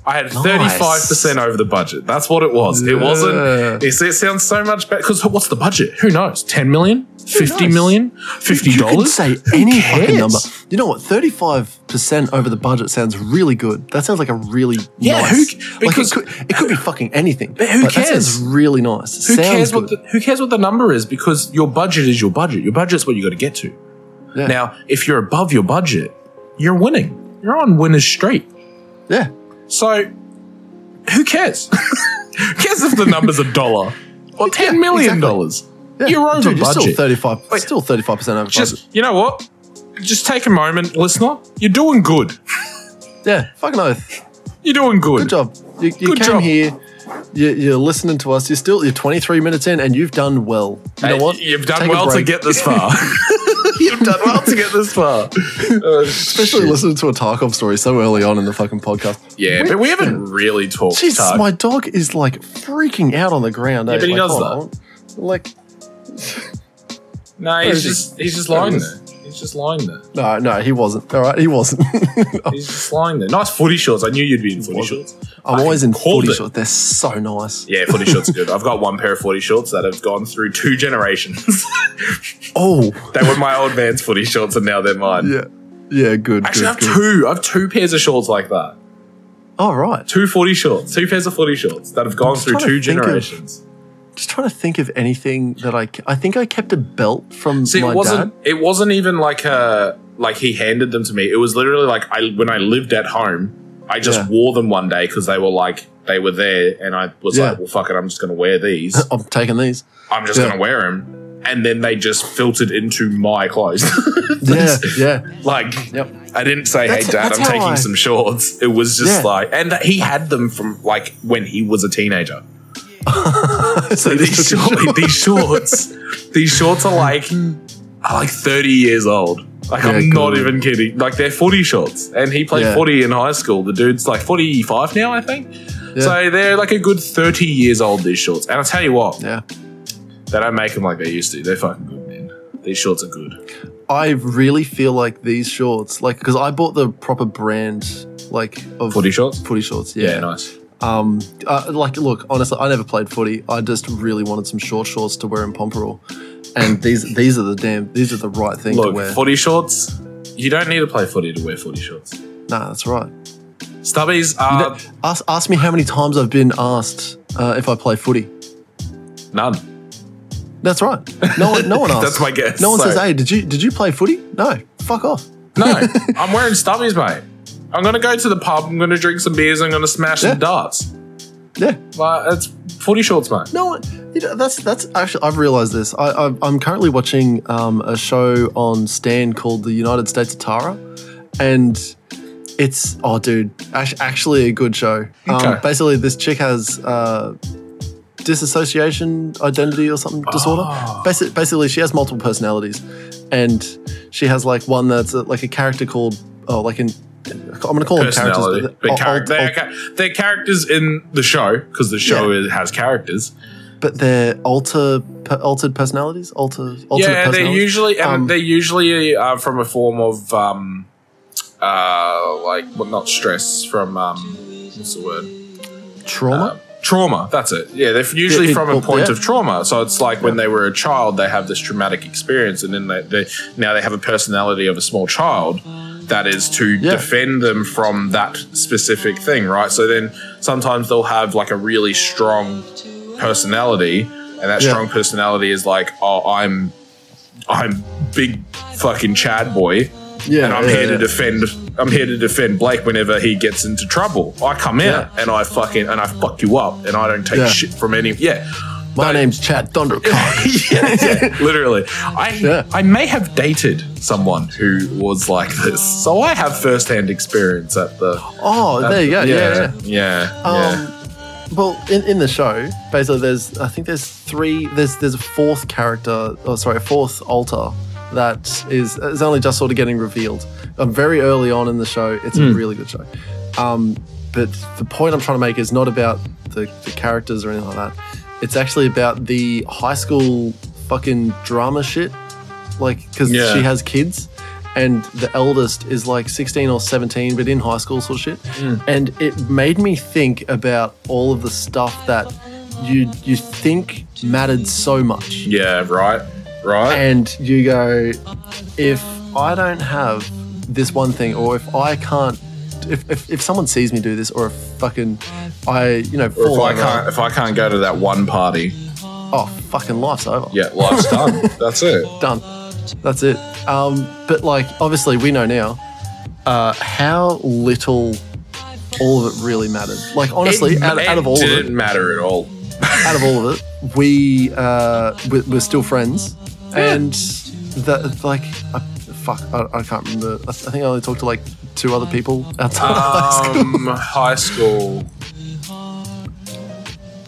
Speaker 3: I had 35 percent over the budget. That's what it was. It wasn't.
Speaker 1: Yeah.
Speaker 3: It's, it sounds so much better because what's the budget? Who knows? 10 million? 50
Speaker 1: knows?
Speaker 3: million? 50
Speaker 1: You can
Speaker 3: dollars?
Speaker 1: say any fucking number. You know what? Thirty-five percent over the budget sounds really good. That sounds like a really
Speaker 3: Yeah, who-
Speaker 1: nice. like it
Speaker 3: because-
Speaker 1: could, it could be fucking anything. But
Speaker 3: who
Speaker 1: That sounds
Speaker 3: cares?
Speaker 1: really nice.
Speaker 3: Who
Speaker 1: sounds
Speaker 3: cares what
Speaker 1: good.
Speaker 3: the, who cares what the number is because your budget is your budget. Your budget's what you got to get to.
Speaker 1: Yeah.
Speaker 3: Now, if you're above your budget, you're winning. You're on winner's streak.
Speaker 1: yeah,
Speaker 3: So, who cares? who cares if the number's a dollar or ten million
Speaker 1: exactly.
Speaker 3: dollars?
Speaker 1: yeah.
Speaker 3: You're over
Speaker 1: Dude, you're
Speaker 3: budget.
Speaker 1: Still thirty-five.
Speaker 3: Wait.
Speaker 1: still thirty-five percent over budget.
Speaker 3: Just you know what? Just take a moment, listener. You're doing good.
Speaker 1: Yeah, fucking oath.
Speaker 3: You're doing good.
Speaker 1: Good job. You, you
Speaker 3: Good
Speaker 1: came
Speaker 3: job.
Speaker 1: here. You, you're listening to us. You're still you're 23 minutes in, and you've done well. You know
Speaker 3: Hey,
Speaker 1: what?
Speaker 3: You've done
Speaker 1: Take a
Speaker 3: well to
Speaker 1: break.
Speaker 3: get this far. You've done well to get this far.
Speaker 1: Uh, Especially listening to a Tarkov story so early on in the fucking podcast.
Speaker 3: yeah, but we haven't really talked.
Speaker 1: Jesus,
Speaker 3: Tug.
Speaker 1: my dog is like freaking out on the ground. Yeah,
Speaker 3: but he does
Speaker 1: Like,
Speaker 3: No,
Speaker 1: where
Speaker 3: he's
Speaker 1: is he?
Speaker 3: just he's just
Speaker 1: There
Speaker 3: lying
Speaker 1: he
Speaker 3: there.
Speaker 1: is.
Speaker 3: He's He's just lying there.
Speaker 1: No, no, he wasn't. All right, he wasn't. Oh.
Speaker 3: He's just lying there. Nice footy shorts. I knew you'd be in footy
Speaker 1: Was it?
Speaker 3: shorts.
Speaker 1: I'm always in
Speaker 3: called
Speaker 1: footy
Speaker 3: it.
Speaker 1: shorts. They're so nice.
Speaker 3: Yeah, footy shorts are good. I've got one pair of footy shorts that have gone through two generations.
Speaker 1: Oh,
Speaker 3: they were my old man's footy shorts, and now they're mine.
Speaker 1: yeah, yeah, good.
Speaker 3: Actually, I have
Speaker 1: good, good.
Speaker 3: two. I have two pairs of shorts like that.
Speaker 1: All right.
Speaker 3: Two footy shorts. Two pairs of footy shorts that have gone
Speaker 1: just
Speaker 3: through
Speaker 1: trying to
Speaker 3: two
Speaker 1: think of-
Speaker 3: generations.
Speaker 1: Just trying to think of anything that I. ke- I think I kept a belt from
Speaker 3: See,
Speaker 1: my
Speaker 3: it wasn't. It wasn't even like uh like he handed them to me. It was literally like I when I lived at home, I just
Speaker 1: Yeah.
Speaker 3: wore them one day because they were like they were there, and I was
Speaker 1: Yeah.
Speaker 3: like, well, fuck it, I'm just gonna wear these.
Speaker 1: dad. I'm taking these.
Speaker 3: I'm just
Speaker 1: Yeah.
Speaker 3: gonna wear them, and then they just filtered into my clothes.
Speaker 1: Yeah, yeah,
Speaker 3: like
Speaker 1: yep.
Speaker 3: I didn't say,
Speaker 1: That's-
Speaker 3: "Hey, Dad,
Speaker 1: that's
Speaker 3: I'm
Speaker 1: how
Speaker 3: taking
Speaker 1: I-
Speaker 3: some shorts." It was
Speaker 1: Yeah.
Speaker 3: just like, and he had them from like when he was a teenager.
Speaker 1: so
Speaker 3: These, shorts, these shorts, these shorts are like, are like thirty years old. Like
Speaker 1: Yeah,
Speaker 3: I'm not
Speaker 1: cool.
Speaker 3: even kidding. Like they're footy shorts, and he played
Speaker 1: Yeah.
Speaker 3: footy in high school. The dude's like 45 now, I think.
Speaker 1: Yeah.
Speaker 3: So they're like a good 30 years old. These shorts, and I tell you what,
Speaker 1: Yeah.
Speaker 3: they don't make them like they used to. They're fucking good, man. These shorts are good.
Speaker 1: I really feel like these shorts, like, because I bought the proper brand, like, of
Speaker 3: Footy shorts.
Speaker 1: footy shorts.
Speaker 3: Yeah,
Speaker 1: Yeah.
Speaker 3: nice.
Speaker 1: Um, uh, like, look, honestly, I never played footy. I just really wanted some short shorts to wear in Pomperol. And these, these are the damn, these are the right thing to
Speaker 3: Look,
Speaker 1: wear.
Speaker 3: footy shorts. You don't need to play footy to wear footy shorts.
Speaker 1: nah, that's right.
Speaker 3: Um, Stubbies are
Speaker 1: Ask, ask me how many times I've been asked uh, if I play footy.
Speaker 3: none.
Speaker 1: That's right. No one, no one asks.
Speaker 3: That's my guess.
Speaker 1: No one says,
Speaker 3: So-
Speaker 1: "Hey, did you did you play footy?" No, fuck off.
Speaker 3: No, I'm wearing stubbies, mate. I'm gonna go to the pub. I'm gonna drink some beers. I'm gonna smash
Speaker 1: Yeah.
Speaker 3: some darts.
Speaker 1: Yeah,
Speaker 3: But it's footy shorts, mate.
Speaker 1: No, one- you know, that's that's actually I've realised this. I, I I'm currently watching um, a show on Stan called The United States of Tara, and it's oh dude, act- actually a good show. Um,
Speaker 3: Okay.
Speaker 1: Basically, this chick has uh, disassociation identity or something disorder.
Speaker 3: Oh.
Speaker 1: Basi- basically, she has multiple personalities, and she has like one that's uh like a character called oh like an I'm gonna call them characters.
Speaker 3: Personality, but
Speaker 1: I'll-
Speaker 3: char-
Speaker 1: I'll-
Speaker 3: they're, ca- they're characters in the show because the show is, has characters.
Speaker 1: but they're alter per, altered personalities, alter alternate
Speaker 3: yeah, they're
Speaker 1: personalities.
Speaker 3: usually and
Speaker 1: Um,
Speaker 3: they're usually uh, from a form of um, uh, like well, not stress from um, what's the word? uh,
Speaker 1: trauma.
Speaker 3: trauma that's it yeah they're usually
Speaker 1: Yeah, it-
Speaker 3: from a
Speaker 1: well,
Speaker 3: point
Speaker 1: yeah.
Speaker 3: of trauma so it's like when they were a child they have this traumatic experience and then they, they now they have a personality of a small child that is to
Speaker 1: Yeah.
Speaker 3: defend them from that specific thing right so then sometimes they'll have like a really strong personality and that
Speaker 1: Yeah.
Speaker 3: strong personality is like oh i'm i'm big fucking chad boy
Speaker 1: yeah,
Speaker 3: and I'm
Speaker 1: yeah,
Speaker 3: here
Speaker 1: yeah.
Speaker 3: to defend. I'm here to defend Blake whenever he gets into trouble. I come out and I fucking and I fuck you up, and I don't take
Speaker 1: Yeah.
Speaker 3: shit from any. Yeah,
Speaker 1: My name's Chad Thundercock.
Speaker 3: yeah, yeah, literally. I
Speaker 1: Yeah.
Speaker 3: I may have dated someone who was like this, so I have firsthand experience at the.
Speaker 1: oh, there you go. Yeah, yeah.
Speaker 3: yeah, yeah. yeah.
Speaker 1: Um, well, in, in the show, basically, there's I think there's three. There's there's a fourth character. Oh, sorry, a fourth altar that is is only just sort of getting revealed. Um, very early on in the show, it's
Speaker 3: Hmm.
Speaker 1: a really good show. Um, but the point I'm trying to make is not about the, the characters or anything like that. It's actually about the high school fucking drama shit. Like, because
Speaker 3: Yeah.
Speaker 1: she has kids, and the eldest is like 16 or 17, but in high school sort of shit.
Speaker 3: Hmm.
Speaker 1: And it made me think about all of the stuff that you you think mattered so much,
Speaker 3: Yeah, right, right.
Speaker 1: and you go, if I don't have this one thing, or if I can't. If, if, if someone sees me do this, or if fucking I, you know,
Speaker 3: Or if
Speaker 1: fall
Speaker 3: I
Speaker 1: over,
Speaker 3: can't, if I can't go to that one party,
Speaker 1: oh, fucking life's over.
Speaker 3: yeah, life's done. That's it.
Speaker 1: done. That's it. Um, but like, obviously, we know now uh, how little all of it really mattered. Like, honestly,
Speaker 3: It-
Speaker 1: out, out of all
Speaker 3: it
Speaker 1: of
Speaker 3: didn't
Speaker 1: it,
Speaker 3: matter at all.
Speaker 1: out of all of it, we uh, we're, we're still friends,
Speaker 3: Yeah.
Speaker 1: and that like, I, fuck, I, I can't remember. I, I think I only talked to like two other people outside of high school.
Speaker 3: Um, high school.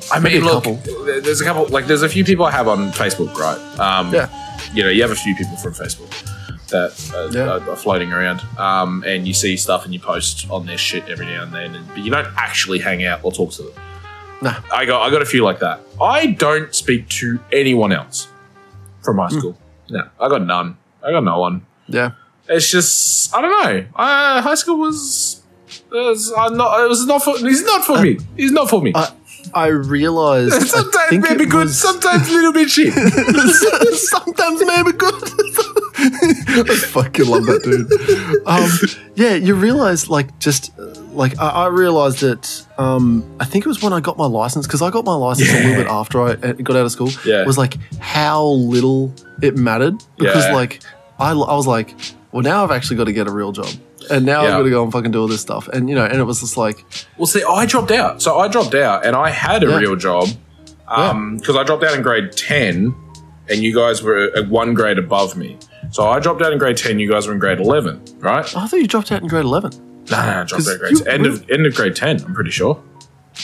Speaker 3: I
Speaker 1: Maybe
Speaker 3: mean,
Speaker 1: a
Speaker 3: look,
Speaker 1: couple.
Speaker 3: there- there's a couple, like, there's a few people I have on Facebook, right? Um,
Speaker 1: Yeah.
Speaker 3: You know, you have a few people from Facebook that are,
Speaker 1: Yeah.
Speaker 3: are, are floating around, um, and you see stuff and you post on their shit every now and then, and, but you don't actually hang out or talk to them.
Speaker 1: Nah.
Speaker 3: I got, I got a few like that. I don't
Speaker 1: Hmm.
Speaker 3: speak to anyone else from high school. No, I got none. I got no one.
Speaker 1: Yeah.
Speaker 3: It's just I don't know. Uh, high school was. was- I'm not, it was not for. He's not
Speaker 1: Uh,
Speaker 3: for me. He's not for me.
Speaker 1: I I realized. I
Speaker 3: sometimes
Speaker 1: uh, think
Speaker 3: maybe
Speaker 1: it
Speaker 3: good.
Speaker 1: was-
Speaker 3: Sometimes a little bit shit.
Speaker 1: sometimes maybe good. I fucking love that dude. Um, yeah, you realize like just uh, like I, I realized that um, I think it was when I got my license because I got my license a
Speaker 3: Yeah.
Speaker 1: little bit after I uh, got out of school.
Speaker 3: Yeah.
Speaker 1: was like how little it mattered because
Speaker 3: Yeah.
Speaker 1: like I, l- I was like, well now I've actually got to get a real job and now
Speaker 3: Yeah.
Speaker 1: I've got to go and fucking do all this stuff and you know and it was just like
Speaker 3: Well, see, I dropped out. So I dropped out and I had a
Speaker 1: Yeah.
Speaker 3: real job because I dropped out in grade 10 Um, and you guys were uh, one grade above me. So I dropped out in grade 10, you guys were in grade 11, right?
Speaker 1: I thought you dropped out in grade eleven.
Speaker 3: No, no, no, I dropped out
Speaker 1: 'Cause
Speaker 3: in grade
Speaker 1: you-
Speaker 3: 10. End of, end of grade 10, I'm pretty sure.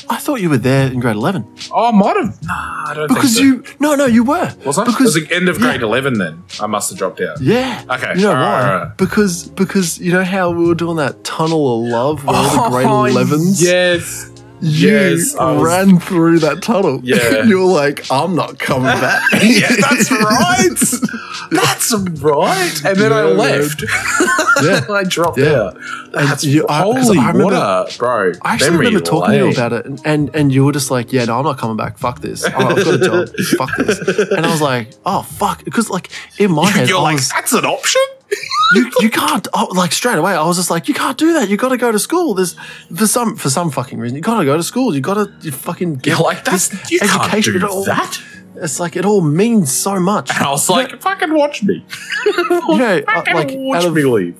Speaker 1: I thought you were there in grade eleven
Speaker 3: Oh, I might have. Nah, I don't
Speaker 1: because
Speaker 3: think so.
Speaker 1: you no no you were
Speaker 3: Was I?
Speaker 1: because
Speaker 3: it was the end of grade 11 then. I must have dropped out.
Speaker 1: Yeah.
Speaker 3: Okay,
Speaker 1: You know
Speaker 3: alright,
Speaker 1: why?
Speaker 3: alright.
Speaker 1: Because because you know how we were doing that tunnel of love where all the grade
Speaker 3: Oh,
Speaker 1: elevens.
Speaker 3: Yes.
Speaker 1: You
Speaker 3: yes, I was-
Speaker 1: ran through that tunnel.
Speaker 3: Yeah.
Speaker 1: You're like, I'm not coming back.
Speaker 3: Yeah, that's right. That's right. And then I
Speaker 1: Yeah, man.
Speaker 3: left.
Speaker 1: yeah.
Speaker 3: I dropped
Speaker 1: Yeah.
Speaker 3: out. That's
Speaker 1: you- I- 'cause
Speaker 3: holy
Speaker 1: I remember-
Speaker 3: water, bro.
Speaker 1: I actually
Speaker 3: Memory
Speaker 1: remember talking to you
Speaker 3: lane.
Speaker 1: about it, and, and and you were just like, "Yeah, no, I'm not coming back. Fuck this. I- I've got a job. fuck this." And I was like, "Oh fuck," because like in my head,
Speaker 3: You're
Speaker 1: I
Speaker 3: like,
Speaker 1: was,
Speaker 3: that's an option.
Speaker 1: you, you can't oh, like straight away. I was just like, you can't do that. You got to go to school. There's for some for some fucking reason, you got to go to school. You got to you fucking get
Speaker 3: You're like, that's
Speaker 1: this
Speaker 3: you can't do
Speaker 1: It all-
Speaker 3: that.
Speaker 1: It's like it all means so much.
Speaker 3: And I was like, fucking watch me.
Speaker 1: You know, uh,
Speaker 3: Fucking
Speaker 1: like
Speaker 3: watch
Speaker 1: out of,
Speaker 3: me leave.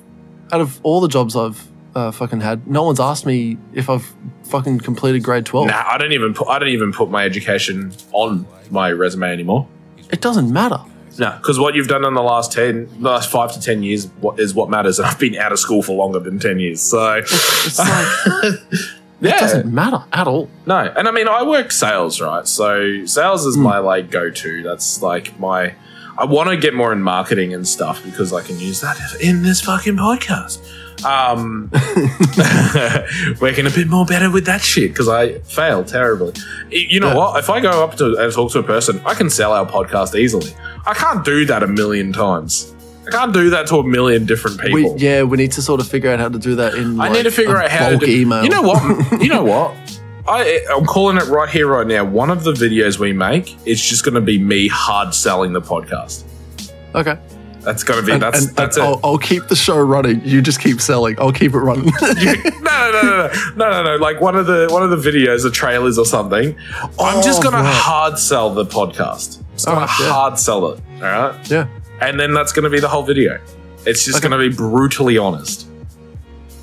Speaker 1: out of all the jobs I've uh, fucking had, no one's asked me if I've fucking completed grade twelve.
Speaker 3: Nah, I don't even put. I don't even put my education on my resume anymore.
Speaker 1: It doesn't matter.
Speaker 3: No, because what you've done in the last ten, the last five to ten years, what is what matters. And I've been out of school for longer than ten years, so
Speaker 1: It's like
Speaker 3: yeah,
Speaker 1: it doesn't matter at all.
Speaker 3: No, and I mean I work sales, right? So sales
Speaker 1: Hmm.
Speaker 3: is my like go-to. That's like my I want to get more in marketing and stuff because I can use that in this fucking podcast. Um, working a bit more better with that shit because I fail terribly. Y- You know
Speaker 1: Yeah.
Speaker 3: what? If I go up to and talk to a person, I can sell our podcast easily. I can't do that a million times. I can't do that to a million different people.
Speaker 1: We, yeah, we need to sort of figure out how to do that in.
Speaker 3: I need to figure out how to
Speaker 1: bulk
Speaker 3: do,
Speaker 1: email.
Speaker 3: You know what? you know what? I, I'm calling it right here, right now. One of the videos we make, it's just going to be me hard selling the podcast.
Speaker 1: Okay.
Speaker 3: That's going to be that's that's it.
Speaker 1: I'll, I'll keep the show running. You just keep selling. I'll keep it running.
Speaker 3: You- no, no, no, no, no, no, no, no. Like one of the one of the videos, the trailers or something. I'm just
Speaker 1: Oh,
Speaker 3: going to
Speaker 1: right. Oh,
Speaker 3: hard sell the podcast. Just going
Speaker 1: Alright,
Speaker 3: to
Speaker 1: yeah.
Speaker 3: hard sell it. All right,
Speaker 1: yeah.
Speaker 3: and then that's going to be the whole video. It's just
Speaker 1: Okay.
Speaker 3: going to be brutally honest.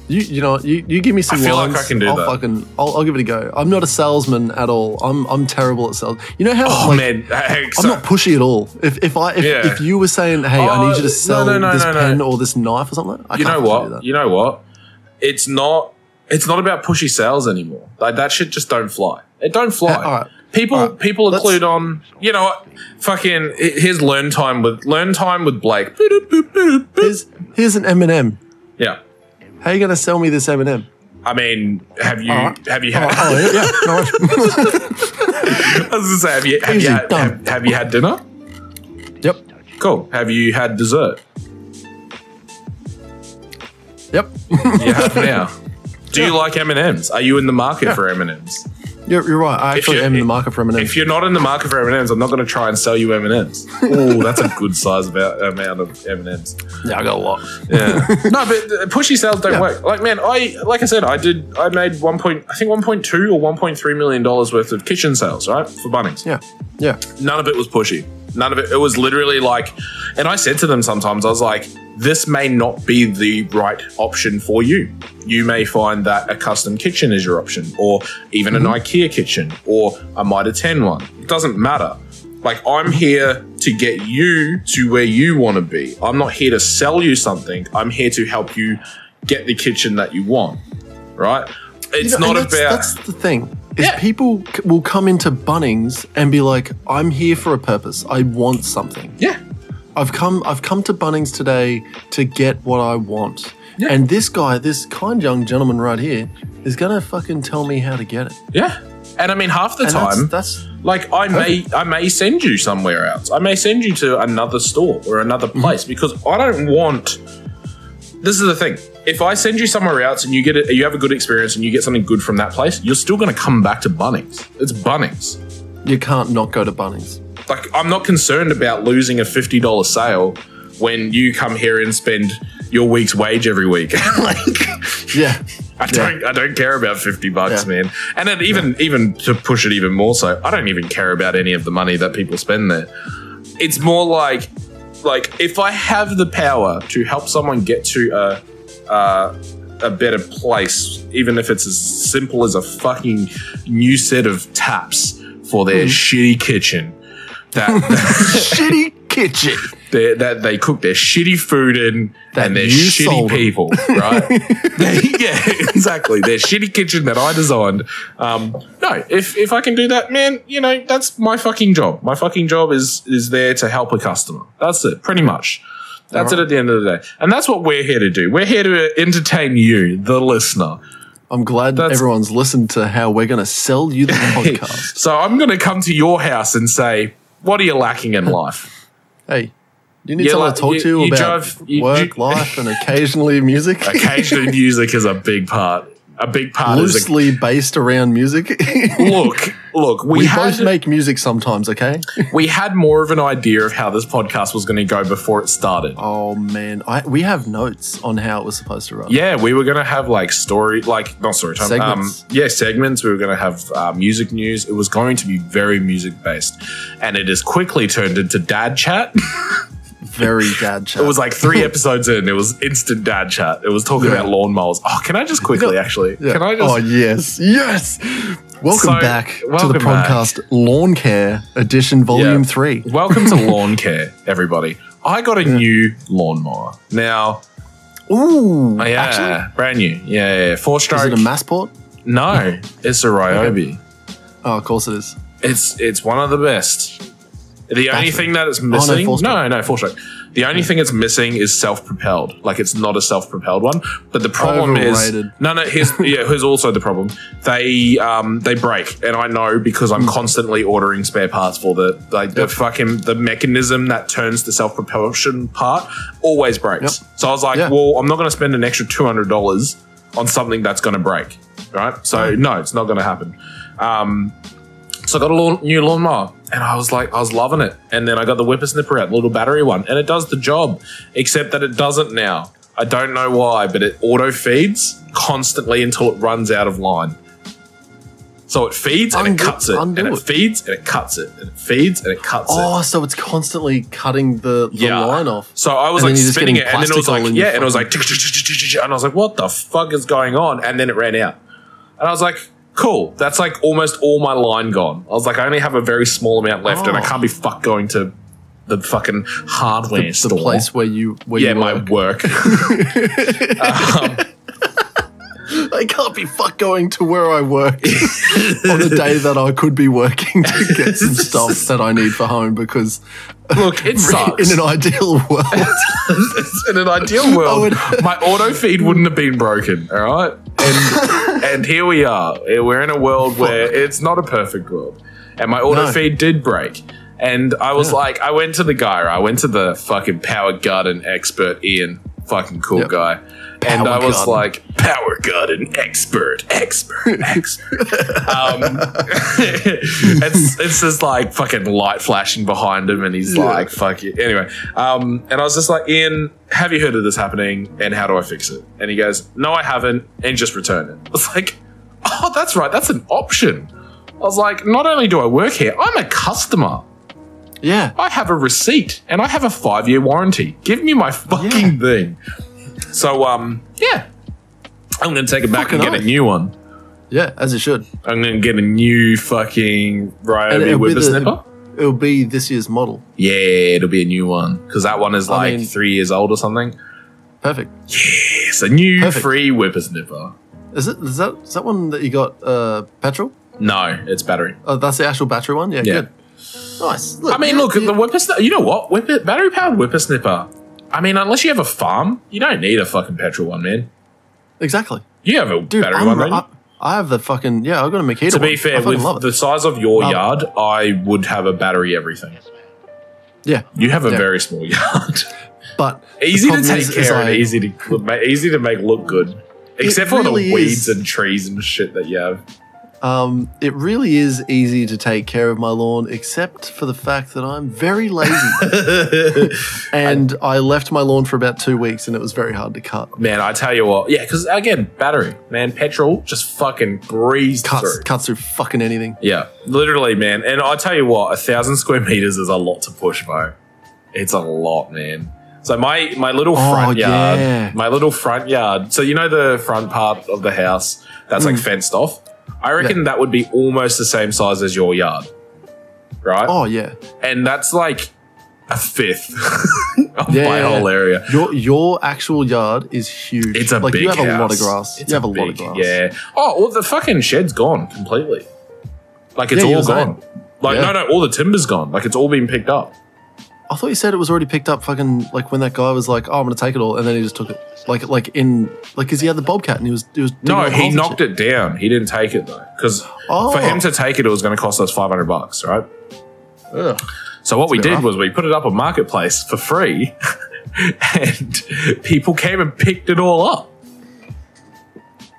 Speaker 1: You you know you, you give me some
Speaker 3: I feel like
Speaker 1: lines.
Speaker 3: I can do
Speaker 1: will
Speaker 3: that.
Speaker 1: fucking I'll, I'll give it a go. I'm not a salesman at all. I'm I'm terrible at sales. You know how
Speaker 3: Oh
Speaker 1: like,
Speaker 3: man, Hey,
Speaker 1: I'm
Speaker 3: so-
Speaker 1: not pushy at all. If if I if,
Speaker 3: Yeah.
Speaker 1: if you were saying hey
Speaker 3: Oh,
Speaker 1: I need you
Speaker 3: no,
Speaker 1: to sell
Speaker 3: no, no,
Speaker 1: this
Speaker 3: no, no.
Speaker 1: pen or this knife or something, I
Speaker 3: you know
Speaker 1: can't fucking
Speaker 3: what? You know what? It's not. It's not about pushy sales anymore. Like that shit just don't fly. It don't fly.
Speaker 1: all right.
Speaker 3: People
Speaker 1: All right.
Speaker 3: people are
Speaker 1: Let's-
Speaker 3: clued on. You know what? Fucking he- here's learn time with learn time with Blake. Boop, doop, boop, doop, boop.
Speaker 1: Here's here's an M and m
Speaker 3: Yeah.
Speaker 1: How you gonna sell me this M and M?
Speaker 3: I mean, have you
Speaker 1: All right.
Speaker 3: have you
Speaker 1: Oh,
Speaker 3: had?
Speaker 1: oh, yeah, no worries.
Speaker 3: I was gonna say, have you have
Speaker 1: Easy,
Speaker 3: you had,
Speaker 1: done.
Speaker 3: have, have you had dinner?
Speaker 1: yep,
Speaker 3: Cool. Have you had dessert?
Speaker 1: yep.
Speaker 3: You have now. Do you like M and M's? Are you in the market for M and M's?
Speaker 1: You're, you're right. I actually
Speaker 3: you-
Speaker 1: am in the market for M and m
Speaker 3: If you're not in the market for M and M's, I'm not going to try and sell you M and M's. Oh, that's a good size about amount of M and M's.
Speaker 1: Yeah, I got a lot.
Speaker 3: Yeah. no, but uh, pushy sales don't
Speaker 1: Yeah.
Speaker 3: work. Like, man, I like I said, I did. I made one point, I think one point two or one point three million dollars worth of kitchen sales, right, for Bunnings.
Speaker 1: Yeah, yeah.
Speaker 3: None of it was pushy. None of it. It was literally like, and I said to them sometimes, I was like, this may not be the right option for you. You may find that a custom kitchen is your option, or even
Speaker 1: Mm-hmm.
Speaker 3: an IKEA kitchen, or a Mitre 10 one. It doesn't matter. Like, I'm here to get you to where you want to be. I'm not here to sell you something. I'm here to help you get the kitchen that you want, right? It's
Speaker 1: You know,
Speaker 3: not
Speaker 1: and
Speaker 3: about.
Speaker 1: that's, that's the thing is
Speaker 3: Yeah.
Speaker 1: people c- will come into Bunnings and be like, "I'm here for a purpose. I want something.
Speaker 3: yeah.
Speaker 1: I've come. I've come to Bunnings today to get what I want."
Speaker 3: Yeah.
Speaker 1: And this guy, this kind young gentleman right here, is gonna fucking tell me how to get it.
Speaker 3: Yeah. And I mean, half the
Speaker 1: And that's-
Speaker 3: time,
Speaker 1: that's
Speaker 3: like I may I may send you somewhere else. I may send you to another store or another
Speaker 1: Mm-hmm.
Speaker 3: place because I don't want This is the thing. If I send you somewhere else and you get it you have a good experience and you get something good from that place, you're still going to come back to Bunnings. It's Bunnings.
Speaker 1: you can't not go to Bunnings.
Speaker 3: Like I'm not concerned about losing a $50 sale when you come here and spend your week's wage every week. like
Speaker 1: Yeah,
Speaker 3: I don't I don't care about fifty bucks,
Speaker 1: Yeah.
Speaker 3: man. And then even even to push it even more so, I don't even care about any of the money that people spend there. It's more like like if I have the power to help someone get to a uh, a better place, even if it's as simple as a fucking new set of taps for their shitty kitchen. That,
Speaker 1: shitty kitchen.
Speaker 3: that that they cook their shitty food in
Speaker 1: That
Speaker 3: and they're
Speaker 1: you
Speaker 3: shitty
Speaker 1: sold 'em.
Speaker 3: people, right? yeah, exactly. Their shitty kitchen that I designed. Um, no, if if I can do that, man, you know that's my fucking job. My fucking job is is there to help a customer. That's it, pretty much. That's it at the end of the day, and that's what we're here to do. We're here to entertain you, the listener.
Speaker 1: I'm glad
Speaker 3: That's-
Speaker 1: everyone's listened to how we're going to sell you the podcast.
Speaker 3: So I'm going to come to your house and say, "What are you lacking in life?"
Speaker 1: Hey, you need
Speaker 3: Yeah,
Speaker 1: someone
Speaker 3: like,
Speaker 1: to talk
Speaker 3: you-
Speaker 1: to
Speaker 3: you
Speaker 1: about
Speaker 3: drive- you-
Speaker 1: work,
Speaker 3: you-
Speaker 1: life, and occasionally music.
Speaker 3: Occasionally, music is a big part. A big part is a,
Speaker 1: Loosely based around music. we
Speaker 3: look, look. We, had,
Speaker 1: both make music sometimes, okay?
Speaker 3: we had more of an idea of how this podcast was going to go before it started.
Speaker 1: Oh man, I, we have notes on how it was supposed to run.
Speaker 3: Yeah, we were gonna have like story, like not story time.
Speaker 1: Segments.
Speaker 3: Um, yeah, segments. We were gonna have uh, music news. It was going to be very music based, and it has quickly turned into dad chat.
Speaker 1: Very dad chat.
Speaker 3: it was like three episodes in. It was instant dad chat. It was talking
Speaker 1: Yeah.
Speaker 3: about lawnmowers. Oh, can I just quickly actually?
Speaker 1: Yeah.
Speaker 3: Can I
Speaker 1: oh yes,
Speaker 3: just?
Speaker 1: yes. Welcome
Speaker 3: So,
Speaker 1: back to
Speaker 3: welcome
Speaker 1: the
Speaker 3: back.
Speaker 1: podcast Lawn Care Edition, Volume
Speaker 3: Yeah.
Speaker 1: Three.
Speaker 3: Welcome to lawn care, everybody. I got a new lawnmower now.
Speaker 1: Ooh,
Speaker 3: Oh, Yeah,
Speaker 1: actually,
Speaker 3: brand new. Yeah, yeah, yeah. four
Speaker 1: Oh, is it
Speaker 3: stroke.
Speaker 1: a Massport?
Speaker 3: no, it's a Ryobi.
Speaker 1: Oh, of course it is.
Speaker 3: It's it's one of the best. The only
Speaker 1: Battery. Oh,
Speaker 3: thing that it's missing,
Speaker 1: full stroke.
Speaker 3: no, no, full stroke. The only thing it's missing is self-propelled. Like it's not a self-propelled one. But the problem
Speaker 1: Overrated.
Speaker 3: is, no, no. Here's yeah. Here's also the problem. They um they break, and I know because
Speaker 1: Hmm.
Speaker 3: I'm constantly ordering spare parts for the like the fucking the mechanism that turns the self-propulsion part always breaks. So I was like,
Speaker 1: Yeah.
Speaker 3: well, I'm not going to spend an extra two hundred dollars on something that's going to break, right? So no, it's not going to happen. Um, so I got a lawn, new lawnmower, and I was like, I was loving it. And then I got the whippersnipper out, the little battery one, and it does the job, except that it doesn't now. I don't know why, but it auto feeds constantly until it runs out of line. So it feeds and
Speaker 1: Undo-
Speaker 3: it cuts it, and
Speaker 1: undo
Speaker 3: it,
Speaker 1: it.
Speaker 3: feeds and it cuts it, and it feeds and it cuts it.
Speaker 1: Oh, so it's constantly cutting the, the
Speaker 3: Yeah.
Speaker 1: line off.
Speaker 3: So I was
Speaker 1: And then
Speaker 3: like
Speaker 1: you're just
Speaker 3: spinning it,
Speaker 1: getting
Speaker 3: and then it was
Speaker 1: plastic all
Speaker 3: like,
Speaker 1: in your
Speaker 3: yeah, and it was like, and I was like, what the fuck is going on? And then it ran out, and I was like, cool, that's like almost all my line gone. I was like, I only have a very small amount left, and I
Speaker 1: Oh.
Speaker 3: can't be fuck going to the fucking hardware
Speaker 1: The,
Speaker 3: store.
Speaker 1: the place where you where
Speaker 3: yeah,
Speaker 1: you
Speaker 3: my
Speaker 1: work.
Speaker 3: work. Um,
Speaker 1: I can't be fuck going to where I work on the day that I could be working to get some stuff that I need for home because
Speaker 3: look, it sucks.
Speaker 1: in an ideal world,
Speaker 3: in an ideal world,
Speaker 1: I would-
Speaker 3: my auto feed wouldn't have been broken. All right, and and here we are. We're in a world where it's not a perfect world, and my auto
Speaker 1: No.
Speaker 3: feed did break. And I was like, I went to the guy. I went to the fucking power garden expert, Ian, fucking cool
Speaker 1: Yep.
Speaker 3: guy. and
Speaker 1: Power
Speaker 3: I was
Speaker 1: garden.
Speaker 3: like, power garden expert, expert, expert. um, it's it's just like fucking light flashing behind him, and he's
Speaker 1: Yeah.
Speaker 3: like, fuck you. Anyway, um, and I was just like, Ian, have you heard of this happening? And how do I fix it? And he goes, No, I haven't, and just return it. I was like, Oh, that's right, that's an option. I was like, Not only do I work here, I'm a customer.
Speaker 1: yeah,
Speaker 3: I have a receipt and I have a five year warranty. Give me my fucking thing. So, um, yeah. I'm going to take it back and
Speaker 1: Fucking
Speaker 3: get a
Speaker 1: oath.
Speaker 3: new one.
Speaker 1: yeah, as it should.
Speaker 3: I'm going to get a new fucking Ryobi
Speaker 1: it'll be the-
Speaker 3: whippersnapper.
Speaker 1: It'll be this year's model.
Speaker 3: Yeah, it'll be a new one because that one is
Speaker 1: I
Speaker 3: like
Speaker 1: mean-
Speaker 3: three years old or something.
Speaker 1: Perfect.
Speaker 3: Yes, a new
Speaker 1: Perfect.
Speaker 3: free whippersnapper.
Speaker 1: Is it is that is that one that you got uh, petrol?
Speaker 3: No, it's battery.
Speaker 1: Oh, that's the actual battery one. Yeah,
Speaker 3: Yeah.
Speaker 1: good. Nice.
Speaker 3: I mean,
Speaker 1: you-
Speaker 3: look,
Speaker 1: you-
Speaker 3: the whippersnapper, you know what? Whipper, battery powered whippersnapper. I mean, unless you have a farm, you don't need a fucking petrol one, man.
Speaker 1: exactly,
Speaker 3: You have a
Speaker 1: dude.
Speaker 3: battery
Speaker 1: I'm,
Speaker 3: one, don't you?
Speaker 1: I, I have the fucking yeah. I've got a Makita.
Speaker 3: To
Speaker 1: one.
Speaker 3: be
Speaker 1: I
Speaker 3: fair,
Speaker 1: fucking
Speaker 3: with
Speaker 1: love it.
Speaker 3: the size of your
Speaker 1: Love it.
Speaker 3: yard, I would have a battery everything.
Speaker 1: yeah,
Speaker 3: You have a
Speaker 1: Yeah.
Speaker 3: very small yard.
Speaker 1: but the
Speaker 3: easy to
Speaker 1: problem
Speaker 3: take
Speaker 1: is-
Speaker 3: care
Speaker 1: is
Speaker 3: of,
Speaker 1: I-
Speaker 3: and easy to ma- easy to make look good. Except for
Speaker 1: really
Speaker 3: the weeds
Speaker 1: is.
Speaker 3: and trees and shit that you have.
Speaker 1: Um, it really is easy to take care of my lawn, except for the fact that I'm very lazy. and I left my lawn for about two weeks, and it was very hard to cut.
Speaker 3: man, I tell you what, yeah, because again, battery, man, petrol just fucking breezed
Speaker 1: Cuts,
Speaker 3: through.
Speaker 1: cuts through fucking anything.
Speaker 3: Yeah, literally, man. And I tell you what, a thousand square meters is a lot to push, bro. It's a lot, man. So my my little
Speaker 1: Oh,
Speaker 3: front yard,
Speaker 1: yeah.
Speaker 3: my little front yard. So you know the front part of the house that's
Speaker 1: Mm.
Speaker 3: like fenced off. I reckon that would be almost the same size as your yard, right?
Speaker 1: Oh yeah,
Speaker 3: And that's like a fifth of
Speaker 1: Yeah,
Speaker 3: my
Speaker 1: yeah,
Speaker 3: whole
Speaker 1: yeah.
Speaker 3: area.
Speaker 1: your your actual yard is huge.
Speaker 3: It's a
Speaker 1: like
Speaker 3: big
Speaker 1: you have a lot of
Speaker 3: house.
Speaker 1: grass.
Speaker 3: It's
Speaker 1: you have a, lot
Speaker 3: big-
Speaker 1: of grass.
Speaker 3: Yeah. Oh well, the fucking shed's gone completely. Like it's
Speaker 1: Yeah, you
Speaker 3: all
Speaker 1: were saying.
Speaker 3: gone. Like
Speaker 1: Yeah.
Speaker 3: no, no, all the timber's gone. Like it's all been picked up.
Speaker 1: I thought you said it was already picked up. Fucking like when that guy was like, "Oh, I'm gonna take it all," and then he just took it. Like like in like because he had the bobcat and he was he was digging
Speaker 3: No,
Speaker 1: all the
Speaker 3: he
Speaker 1: holes and
Speaker 3: knocked
Speaker 1: shit.
Speaker 3: it down. He didn't take it though, because
Speaker 1: Oh.
Speaker 3: for him to take it, it was going to cost us five hundred bucks, right?
Speaker 1: Ugh.
Speaker 3: So what we
Speaker 1: That's a bit
Speaker 3: did
Speaker 1: rough.
Speaker 3: was we put it up on marketplace for free, and people came and picked it all up.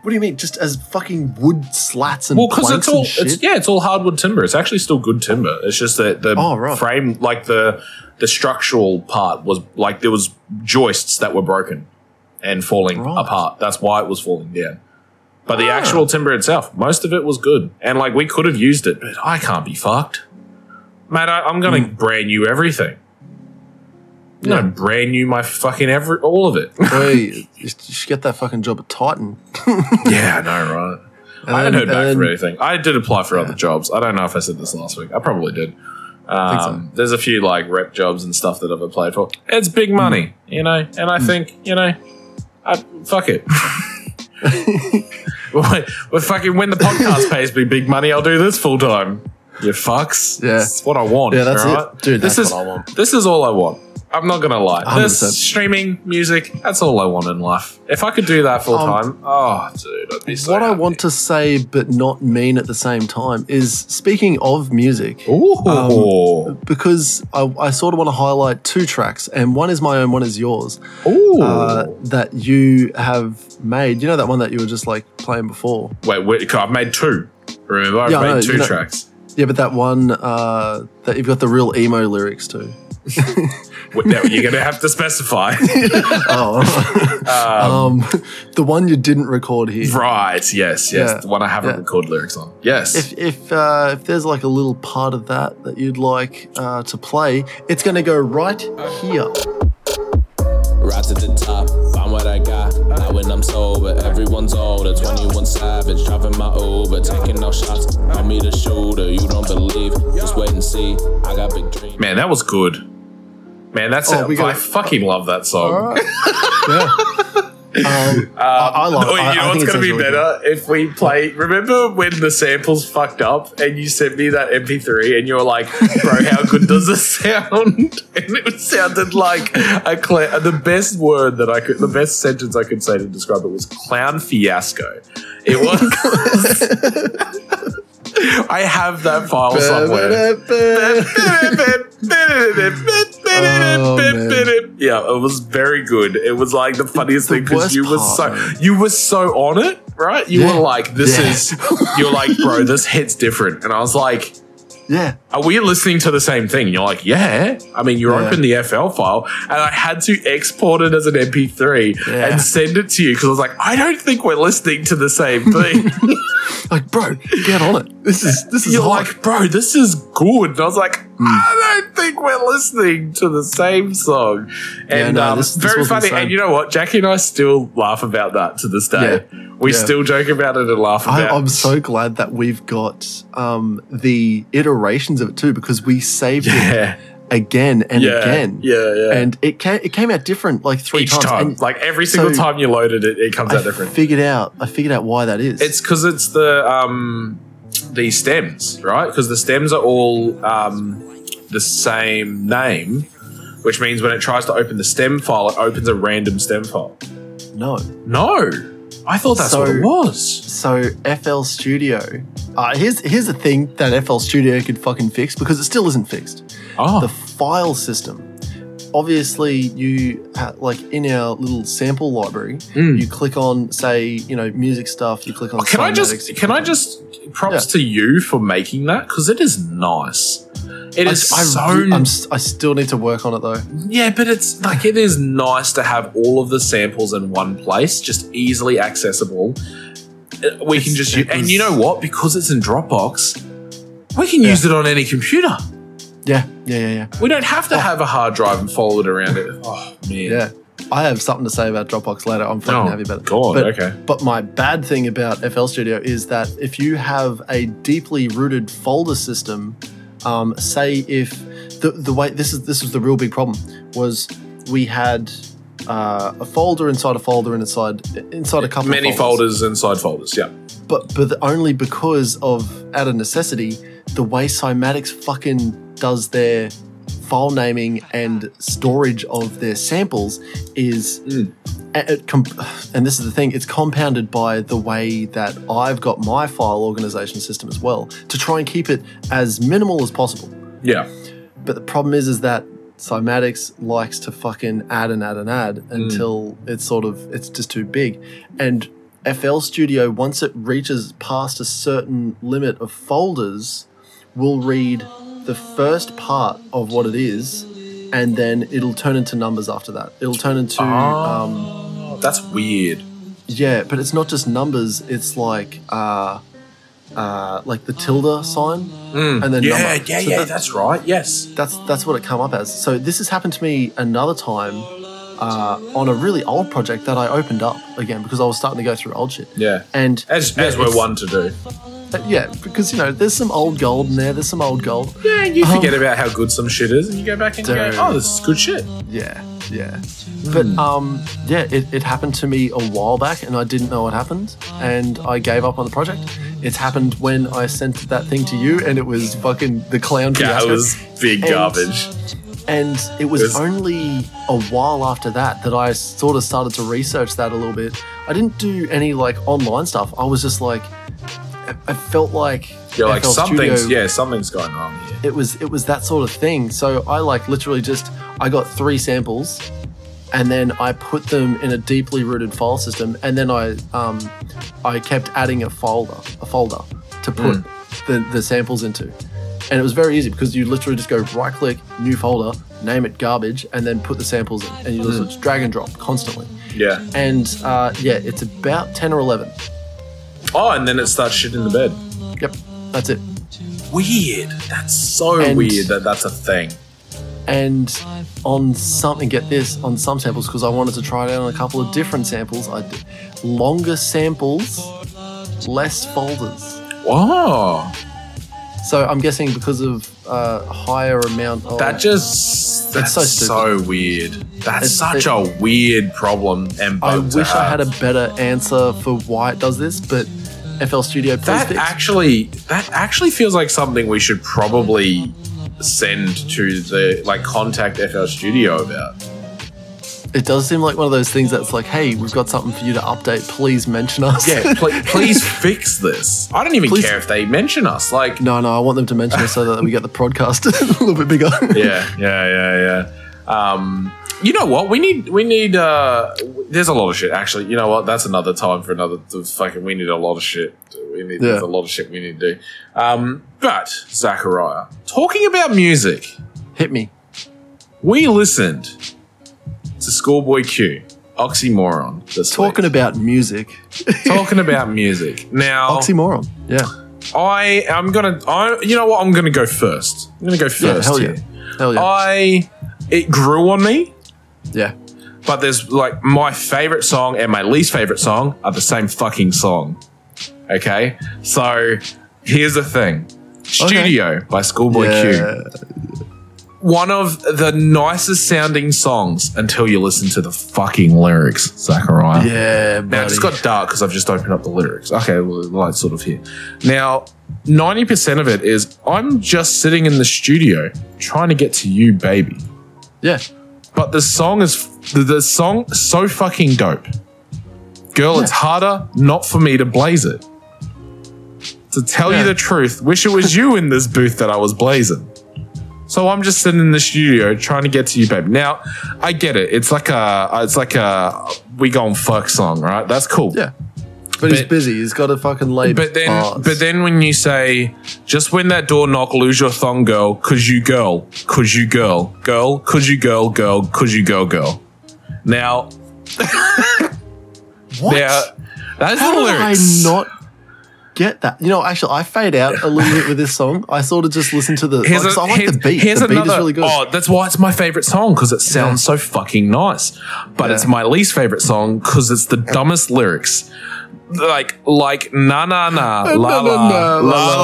Speaker 1: What do you mean? Just as fucking wood slats and
Speaker 3: Well, because
Speaker 1: planks
Speaker 3: it's all
Speaker 1: and shit.
Speaker 3: it's yeah, it's all hardwood timber. It's actually still good timber. It's just that the
Speaker 1: Oh, right.
Speaker 3: frame, like the the structural part, was like there was joists that were broken and falling
Speaker 1: Right.
Speaker 3: apart. That's why it was falling down. But the
Speaker 1: Ah.
Speaker 3: actual timber itself, most of it was good, and like we could have used it, but I can't be fucked, mate. I, I'm gonna brand new everything. I'm
Speaker 1: Hmm. Yeah.
Speaker 3: gonna brand new my fucking every all of it.
Speaker 1: Hey, you should get that fucking job at Titan.
Speaker 3: yeah, I know, right?
Speaker 1: And
Speaker 3: I
Speaker 1: then-
Speaker 3: haven't heard
Speaker 1: and
Speaker 3: back from
Speaker 1: then-
Speaker 3: anything. I did apply for other jobs. I don't know if I said this last week. I probably did.
Speaker 1: think so.
Speaker 3: Um, There's a few like rep jobs and stuff that I've applied for. It's big money,
Speaker 1: Mm.
Speaker 3: you know, and I think you know, I, fuck it. well, well, fucking when the podcast pays me big money, I'll do this full time. You fucks.
Speaker 1: Yeah.
Speaker 3: it's what I want.
Speaker 1: Yeah, that's
Speaker 3: all
Speaker 1: it.
Speaker 3: right?
Speaker 1: Dude,
Speaker 3: this
Speaker 1: that's
Speaker 3: is
Speaker 1: what I want.
Speaker 3: this is all I want. I'm not gonna lie. This
Speaker 1: 100%.
Speaker 3: streaming music, that's all I want in life. If I could do that full
Speaker 1: Um,
Speaker 3: time, oh, dude, I'd be so.
Speaker 1: what I
Speaker 3: happy.
Speaker 1: want to say but not mean at the same time is speaking of music, um,
Speaker 3: Ooh.
Speaker 1: because I, I sort of want to highlight two tracks, and one is my own, one is yours,
Speaker 3: Ooh.
Speaker 1: uh, that you have made. You know that one that you were just like playing before?
Speaker 3: wait, wait, I've made two. Remember, I've
Speaker 1: Yeah, I
Speaker 3: made
Speaker 1: know,
Speaker 3: two
Speaker 1: you know-
Speaker 3: tracks.
Speaker 1: Yeah, but that one uh, that you've got the real emo lyrics to.
Speaker 3: Wait, now you're going to have to specify.
Speaker 1: Oh,
Speaker 3: Um,
Speaker 1: um, the one you didn't record here.
Speaker 3: right. Yes. Yes.
Speaker 1: Yeah,
Speaker 3: the one I haven't
Speaker 1: yeah.
Speaker 3: recorded lyrics on. Yes.
Speaker 1: If if uh, if there's like a little part of that that you'd like uh, to play, it's going to go right here.
Speaker 4: Right to the top, I'm what I got. Now when I'm sober, everyone's older. 21 Savage, driving my Uber, taking no shots. I'm me the shooter, you don't believe. Just wait and see. I got big dreams.
Speaker 3: Man, that was good. Man, that's
Speaker 1: Oh,
Speaker 3: it.
Speaker 1: we gotta-
Speaker 3: I fucking love that song.
Speaker 1: All right. yeah. Um, I, I love
Speaker 3: Oh,
Speaker 1: it.
Speaker 3: you
Speaker 1: I,
Speaker 3: know
Speaker 1: I
Speaker 3: what's
Speaker 1: think it
Speaker 3: going to
Speaker 1: sounds
Speaker 3: be
Speaker 1: really
Speaker 3: better if we play. Remember when the samples fucked up and you sent me that MP3 and you were like, "Bro, how good does this sound?" And it sounded like a cla- the best word that I could, the best sentence I could say to describe it was "clown fiasco." It was. I have that file somewhere.
Speaker 1: good. Oh,
Speaker 3: Yeah, it was very good. It was like the funniest
Speaker 1: The
Speaker 3: thing because
Speaker 1: worst
Speaker 3: you were
Speaker 1: part,
Speaker 3: so
Speaker 1: though.
Speaker 3: you were so on it, right? You
Speaker 1: Yeah.
Speaker 3: were like, "This
Speaker 1: Yeah.
Speaker 3: is," you're like, "Bro, this hits different," and I was like.
Speaker 1: Yeah.
Speaker 3: Are we listening to the same thing? You're like, yeah. I mean, you
Speaker 1: Yeah.
Speaker 3: opened the FL file, and I had to export it as an MP3
Speaker 1: Yeah.
Speaker 3: and send it to you because I was like, I don't think we're listening to the same thing.
Speaker 1: Like, bro, get on it. This is this is Hmm.
Speaker 3: You're
Speaker 1: hot.
Speaker 3: like, bro, this is good. And I was like, I don't think we're listening to the same song. And
Speaker 1: no,
Speaker 3: um,
Speaker 1: this- this
Speaker 3: very
Speaker 1: wasn't the
Speaker 3: funny.
Speaker 1: same.
Speaker 3: And you know what? Jackie and I still laugh about that to this day. We
Speaker 1: Yeah.
Speaker 3: still joke about it and laugh
Speaker 1: I,
Speaker 3: about
Speaker 1: I'm
Speaker 3: it.
Speaker 1: so glad that we've got um, the iterations of it too because we saved it
Speaker 3: Yeah.
Speaker 1: again and
Speaker 3: Yeah.
Speaker 1: again.
Speaker 3: Yeah. Yeah.
Speaker 1: And it came, it came out different like three
Speaker 3: Each
Speaker 1: times.
Speaker 3: time.
Speaker 1: And
Speaker 3: like every single
Speaker 1: so-
Speaker 3: time you loaded it, it comes
Speaker 1: I
Speaker 3: out different.
Speaker 1: figured out I figured out why that is.
Speaker 3: It's because it's the um the stems, right? Because the stems are all um the same name, which means when it tries to open the stem file, it opens a random stem file.
Speaker 1: no.
Speaker 3: No, I thought that's what it
Speaker 1: So-
Speaker 3: was.
Speaker 1: So FL Studio, uh, here's here's the thing that FL Studio could fucking fix because it still isn't fixed.
Speaker 3: Oh,
Speaker 1: the file system. Obviously, you ha- like in our little sample library,
Speaker 3: Mm.
Speaker 1: you click on say you know music stuff. You click on.
Speaker 3: Oh, can I
Speaker 1: cymatics, you
Speaker 3: just can
Speaker 1: click
Speaker 3: I
Speaker 1: on-
Speaker 3: just props to you for making that because it is nice. It
Speaker 1: I,
Speaker 3: is
Speaker 1: I,
Speaker 3: so
Speaker 1: re- I'm s- I still need to work on it though.
Speaker 3: yeah, but it's like it is nice to have all of the samples in one place, just easily accessible. Uh, We
Speaker 1: It's-
Speaker 3: can just
Speaker 1: it
Speaker 3: u- and you
Speaker 1: was-
Speaker 3: know what? Because it's in Dropbox, we can
Speaker 1: Yeah.
Speaker 3: use it on any computer.
Speaker 1: Yeah, yeah, yeah, yeah,
Speaker 3: We don't have to have a hard drive and follow it around. It. Oh man.
Speaker 1: Oh. yeah. I have something to say about Dropbox later. I'm fucking
Speaker 3: Oh,
Speaker 1: happy about it.
Speaker 3: God.
Speaker 1: But-
Speaker 3: okay.
Speaker 1: But my bad thing about FL Studio is that if you have a deeply rooted folder system, um, say if the, the way this is this was the real big problem was we had uh, a folder inside a folder and inside inside a couple of
Speaker 3: Many folders inside folders. Yeah.
Speaker 1: but but only because of out of necessity the way Cymatics fucking does their file naming and storage of their samples is
Speaker 3: Mm.
Speaker 1: a- it com- and this is the thing it's compounded by the way that I've got my file organization system as well to try and keep it as minimal as possible
Speaker 3: Yeah.
Speaker 1: but the problem is is that Cymatics likes to fucking add and add and
Speaker 3: Mm.
Speaker 1: add until it's sort of it's just too big. And FL Studio, once it reaches past a certain limit of folders, will read the first part of what it is, and then it'll turn into numbers after that. It'll turn into um,
Speaker 3: Oh, that's weird.
Speaker 1: yeah, but it's not just numbers. It's like uh, uh, like the tilde sign,
Speaker 3: Mm.
Speaker 1: and then
Speaker 3: yeah,
Speaker 1: number.
Speaker 3: yeah,
Speaker 1: So
Speaker 3: yeah.
Speaker 1: that-
Speaker 3: that's right. Yes.
Speaker 1: that's that's what it come up as. So this has happened to me another time uh, on a really old project that I opened up again because I was starting to go through old shit.
Speaker 3: Yeah.
Speaker 1: And
Speaker 3: As as
Speaker 1: it's-
Speaker 3: we're one to do.
Speaker 1: uh, yeah, because you know there's some old gold in there. There's some old gold.
Speaker 3: Yeah, you
Speaker 1: Um,
Speaker 3: forget about how good some shit is, and you go back and
Speaker 1: Dude.
Speaker 3: go, "Oh, this is good shit."
Speaker 1: Yeah, yeah. But
Speaker 3: Hmm.
Speaker 1: um, yeah, it, it happened to me a while back, and I didn't know what happened, and I gave up on the project. It's happened when I sent that thing to you, and it was fucking the clown
Speaker 3: Yeah, it
Speaker 1: fiasco.
Speaker 3: was big
Speaker 1: And-
Speaker 3: garbage.
Speaker 1: And it was
Speaker 3: There's-
Speaker 1: only a while after that that I sort of started to research that a little bit. I didn't do any like online stuff. I was just like, I- I felt like
Speaker 3: You're like,
Speaker 1: FL
Speaker 3: something's
Speaker 1: Studio-
Speaker 3: yeah, something's going wrong here.
Speaker 1: It was it was that sort of thing. So I like literally just I got three samples, and then I put them in a deeply rooted file system, and then I um, I kept adding a folder a folder to put the, the samples into. And it was very easy because you literally just go right click, new folder, name it garbage, and then put the samples in. And you just just drag and drop constantly.
Speaker 3: Yeah.
Speaker 1: And uh, yeah, it's about 10 or 11.
Speaker 3: Oh, and then it starts shit in the bed.
Speaker 1: Yep, that's it.
Speaker 3: Weird. That's so
Speaker 1: And-
Speaker 3: weird that that's a thing.
Speaker 1: And on something, get this, on some samples, because I wanted to try it out on a couple of different samples, I did longer samples, less folders.
Speaker 3: Wow.
Speaker 1: So I'm guessing because of uh, higher amount of.
Speaker 3: That just that's
Speaker 1: Oh. so
Speaker 3: so,
Speaker 1: stupid.
Speaker 3: weird. That's
Speaker 1: It's-
Speaker 3: such
Speaker 1: it-
Speaker 3: a weird problem and
Speaker 1: I
Speaker 3: bug to
Speaker 1: wish I
Speaker 3: have.
Speaker 1: had a better answer for why it does this, but FL Studio please
Speaker 3: That
Speaker 1: fix.
Speaker 3: actually, that actually feels like something we should probably send to the like contact FL Studio about.
Speaker 1: it does seem like one of those things that's like, hey, we've got something for you to update. Please mention us.
Speaker 3: Yeah, pl- please fix this. I don't even
Speaker 1: Please-
Speaker 3: care if they mention us. Like,
Speaker 1: no, no, I want them to mention us so that we get the podcast a little bit bigger.
Speaker 3: yeah, yeah, yeah, yeah. Um, you know what? We need, we need. Uh, w- there's a lot of shit. Actually, you know what? That's another time for another th- fucking. We need a lot of shit. We need there's
Speaker 1: Yeah.
Speaker 3: a lot of shit we need to do. Um, but Zachariah, talking about music,
Speaker 1: Hit me.
Speaker 3: we listened to Schoolboy Q, Oxymoron. This
Speaker 1: Talking about music.
Speaker 3: week. talking about music now.
Speaker 1: Oxymoron. Yeah.
Speaker 3: I I'm gonna I you know what I'm gonna go first. I'm gonna go first. Oh,
Speaker 1: Yeah. hell yeah.
Speaker 3: here.
Speaker 1: Hell yeah.
Speaker 3: I it grew on me,
Speaker 1: yeah.
Speaker 3: but there's like my favorite song and my least favorite song are the same fucking song. Okay, so here's the thing: Studio by Schoolboy Q,
Speaker 1: yeah.
Speaker 3: one of the nicest sounding songs until you listen to the fucking lyrics, Zachariah.
Speaker 1: Yeah,
Speaker 3: Now
Speaker 1: buddy.
Speaker 3: it just got dark because I've just opened up the lyrics. Okay, well, the light's sort of here. Now, 90% of it is I'm just sitting in the studio trying to get to you, baby.
Speaker 1: yeah.
Speaker 3: But the song is the, the song so fucking dope. Girl, it's harder not for me to blaze it. To tell you
Speaker 1: Yeah.
Speaker 3: the truth, wish it was you in this booth that I was blazing. So I'm just sitting in the studio trying to get to you, babe. Now, I get it. It's like a, it's like a, we gon' fuck song, right? That's cool.
Speaker 1: Yeah. But, he's
Speaker 3: But-
Speaker 1: busy. He's got to fucking lay
Speaker 3: But then,
Speaker 1: bars.
Speaker 3: but then when you say, just when that door knock, lose your thong, girl, cause you girl, cause you girl, girl, cause you girl, girl, cause you girl, girl. Now,
Speaker 1: what?
Speaker 3: now that's
Speaker 1: How
Speaker 3: the
Speaker 1: did I
Speaker 3: lyrics.
Speaker 1: not get that? You know, actually, I fade out a little bit with this song. I sort of just listen to the.
Speaker 3: Here's
Speaker 1: like,
Speaker 3: a-
Speaker 1: I like
Speaker 3: here's-
Speaker 1: the beat.
Speaker 3: here's
Speaker 1: The beat
Speaker 3: another-
Speaker 1: is really good.
Speaker 3: Oh, that's why it's my favorite song because it sounds so fucking nice. But
Speaker 1: Yeah.
Speaker 3: it's my least favorite song because it's the dumbest lyrics. Like, like na na na
Speaker 1: na, na,
Speaker 3: la la la
Speaker 1: na, la,
Speaker 3: la.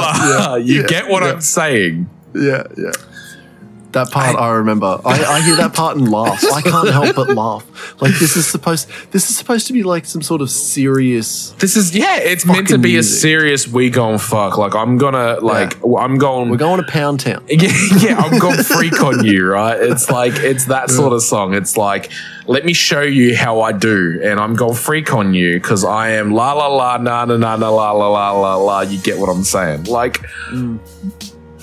Speaker 1: la. Yeah,
Speaker 3: You
Speaker 1: yeah,
Speaker 3: get what
Speaker 1: yeah.
Speaker 3: I'm saying?
Speaker 1: Yeah, yeah. That part I, remember. I, I hear that part and laugh. I can't help but laugh. Like this is supposed this is supposed to be like some sort of serious
Speaker 3: This is yeah. It's meant to
Speaker 1: Fucking
Speaker 3: be a
Speaker 1: music.
Speaker 3: serious. We gon' fuck. Like I'm gonna like I'm going.
Speaker 1: we're going to Pound Town.
Speaker 3: yeah, yeah, I'm gonna freak on you, right? It's like it's that sort of song. It's like, let me show you how I do, and I'm gonna freak on you because I am la la la na na na na la la la la la. You get what I'm saying? Like,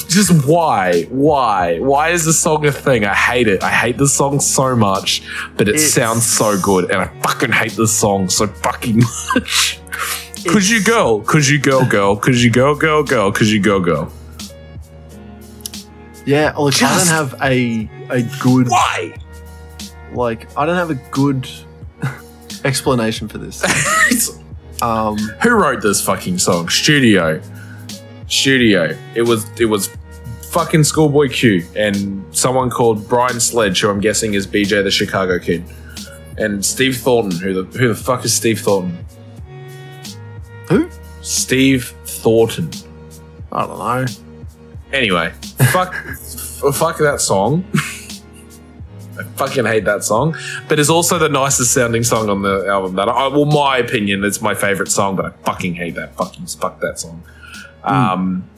Speaker 3: just why, why, why is this song a thing? I hate it. I hate this song so much, but it
Speaker 1: It's-
Speaker 3: sounds so good, and I fucking hate this song so fucking much. Cause you go, cause you go, go, cause you go, go, go, cause you go, go.
Speaker 1: Yeah, look,
Speaker 3: Just-
Speaker 1: I don't have a a good
Speaker 3: Why?
Speaker 1: like I don't have a good explanation for this. Um
Speaker 3: Who wrote this fucking song? Studio. Studio. It was it was fucking Schoolboy Q and someone called Brian Sledge, who I'm guessing is BJ the Chicago Kid. And Steve Thornton, who the who the fuck is Steve Thornton?
Speaker 1: who?
Speaker 3: Steve Thornton.
Speaker 1: I don't know.
Speaker 3: Anyway, fuck f- fuck that song. I fucking hate that song, but it's also the nicest sounding song on the album. That I, well, my opinion, it's my favorite song, but I fucking hate that fucking fuck that song. Um,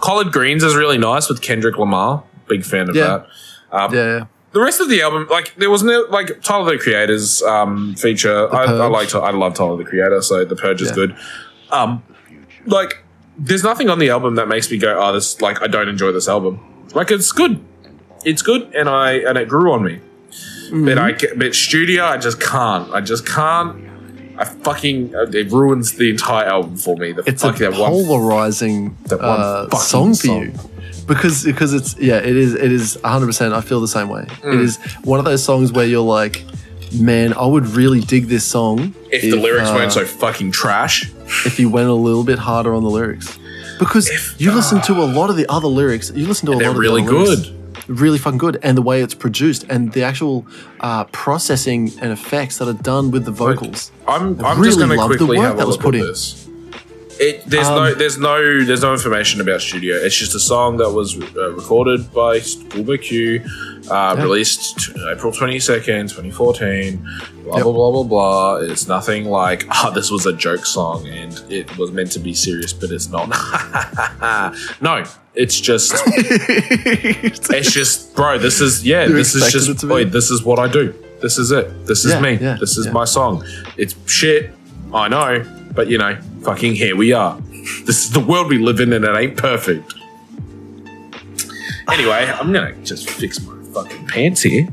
Speaker 3: Collard Greens is really nice with Kendrick Lamar. Big fan of
Speaker 1: Yeah.
Speaker 3: that. Um,
Speaker 1: Yeah.
Speaker 3: The rest of the album, like there was no like Tyler the Creator's um, feature. I, I
Speaker 1: Purge.
Speaker 3: like Ty- I love Tyler the Creator, so the Purge is
Speaker 1: Yeah.
Speaker 3: good. Um, like there's nothing on the album that makes me go, oh, this like I don't enjoy this album. Like it's good, it's good, and I and it grew on me. But
Speaker 1: Mm-hmm.
Speaker 3: I ca- but studio, I just can't. I just can't. I fucking uh, it ruins the entire album for me. The
Speaker 1: It's
Speaker 3: fuck
Speaker 1: a
Speaker 3: that one
Speaker 1: polarizing
Speaker 3: that one
Speaker 1: uh,
Speaker 3: fucking
Speaker 1: song for
Speaker 3: song.
Speaker 1: you because because it's yeah it is it is 100% i feel the same way
Speaker 3: Mm.
Speaker 1: it is one of those songs where you're like man i would really dig this song
Speaker 3: if, the lyrics
Speaker 1: uh,
Speaker 3: weren't so fucking trash.
Speaker 1: if you went a little bit harder on the lyrics because you listen to a lot of the other lyrics you listen to a lot
Speaker 3: they're
Speaker 1: of the
Speaker 3: really
Speaker 1: other lyrics,
Speaker 3: good.
Speaker 1: really fucking good and the way it's produced and the actual uh, processing and effects that are done with the vocals
Speaker 3: I'm,
Speaker 1: I
Speaker 3: I'm just
Speaker 1: really
Speaker 3: going to
Speaker 1: love the
Speaker 3: quickly
Speaker 1: work
Speaker 3: have a
Speaker 1: that was
Speaker 3: look
Speaker 1: put
Speaker 3: at
Speaker 1: in.
Speaker 3: this. It, there's no
Speaker 1: Um,
Speaker 3: there's no there's no information about studio. It's just a song that was uh, recorded by Schoolboy Q, uh, released t- April twenty second, twenty fourteen. Blah
Speaker 1: Yep.
Speaker 3: blah blah blah blah. It's nothing like oh, this was a joke song and it was meant to be serious, but it's not. no, it's just it's just bro. This is yeah.
Speaker 1: You
Speaker 3: This is
Speaker 1: expected it
Speaker 3: just
Speaker 1: to be?
Speaker 3: wait. This is what I do. This is it. This is
Speaker 1: Yeah,
Speaker 3: me.
Speaker 1: yeah,
Speaker 3: this is
Speaker 1: yeah.
Speaker 3: my song. It's shit. I know, but you know, fucking here we are. This is the world we live in, and it ain't perfect. Anyway, I'm gonna just fix my fucking pants here.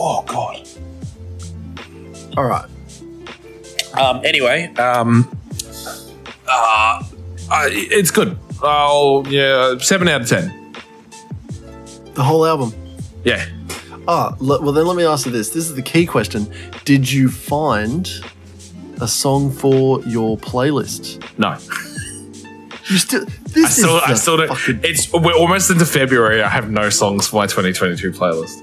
Speaker 3: Oh god.
Speaker 1: all right
Speaker 3: Um, anyway, um, uh, I, it's good. Oh yeah, seven out of ten.
Speaker 1: the whole album
Speaker 3: Yeah.
Speaker 1: Ah, l- well then let me ask you this. This is the key question. Did you find a song for your playlist?
Speaker 3: No.
Speaker 1: You still this
Speaker 3: I still,
Speaker 1: is
Speaker 3: I
Speaker 1: the
Speaker 3: still don't.
Speaker 1: fucking-
Speaker 3: It's we're almost into February. I have no songs for my 2022 playlist.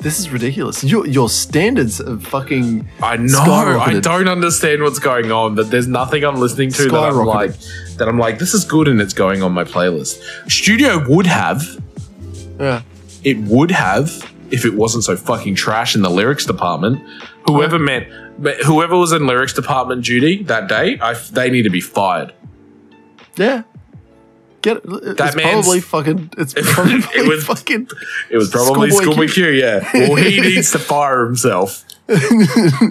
Speaker 1: this is ridiculous. Your your standards of fucking
Speaker 3: I know. I
Speaker 1: Skyrocketed.
Speaker 3: don't understand what's going on, but there's nothing I'm listening to that I'm
Speaker 1: Skyrocketed.
Speaker 3: like that I'm like this is good and it's going on my playlist. Studio would have
Speaker 1: yeah.
Speaker 3: it would have if it wasn't so fucking trash in the lyrics department. Whoever meant but whoever was in lyrics department duty that day, I, they need to be fired.
Speaker 1: Yeah. Get it.
Speaker 3: That
Speaker 1: it's
Speaker 3: man's-
Speaker 1: probably fucking it's
Speaker 3: It
Speaker 1: probably
Speaker 3: was-
Speaker 1: fucking
Speaker 3: It was probably
Speaker 1: Schoolboy
Speaker 3: Schoolboy Q. yeah. Well, he needs to fire himself.
Speaker 1: um,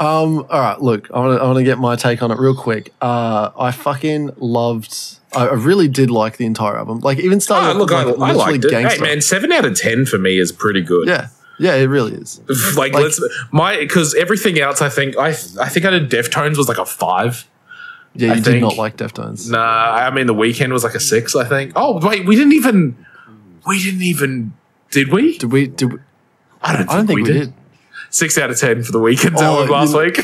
Speaker 1: all right, look, I want to I wanna get my take on it real quick. Uh, I fucking loved. I I really did like the entire album. Like even starting
Speaker 3: Ah,
Speaker 1: with,
Speaker 3: look, I, I
Speaker 1: literally
Speaker 3: liked it. Hey,
Speaker 1: gangster.
Speaker 3: man, seven out of ten for me is pretty good.
Speaker 1: Yeah, yeah, it really is.
Speaker 3: like, let's my because everything else, I think I I think I did Deftones was like a five.
Speaker 1: Yeah, you
Speaker 3: I
Speaker 1: did
Speaker 3: think-
Speaker 1: not like Deftones.
Speaker 3: Nah, I mean the weekend was like a six. I think. Oh wait, we didn't even we didn't even did we?
Speaker 1: Did we? Did we,
Speaker 3: I don't think,
Speaker 1: I don't think we, did.
Speaker 3: Six out of ten for the weekend's
Speaker 1: Oh,
Speaker 3: album last
Speaker 1: you-
Speaker 3: week.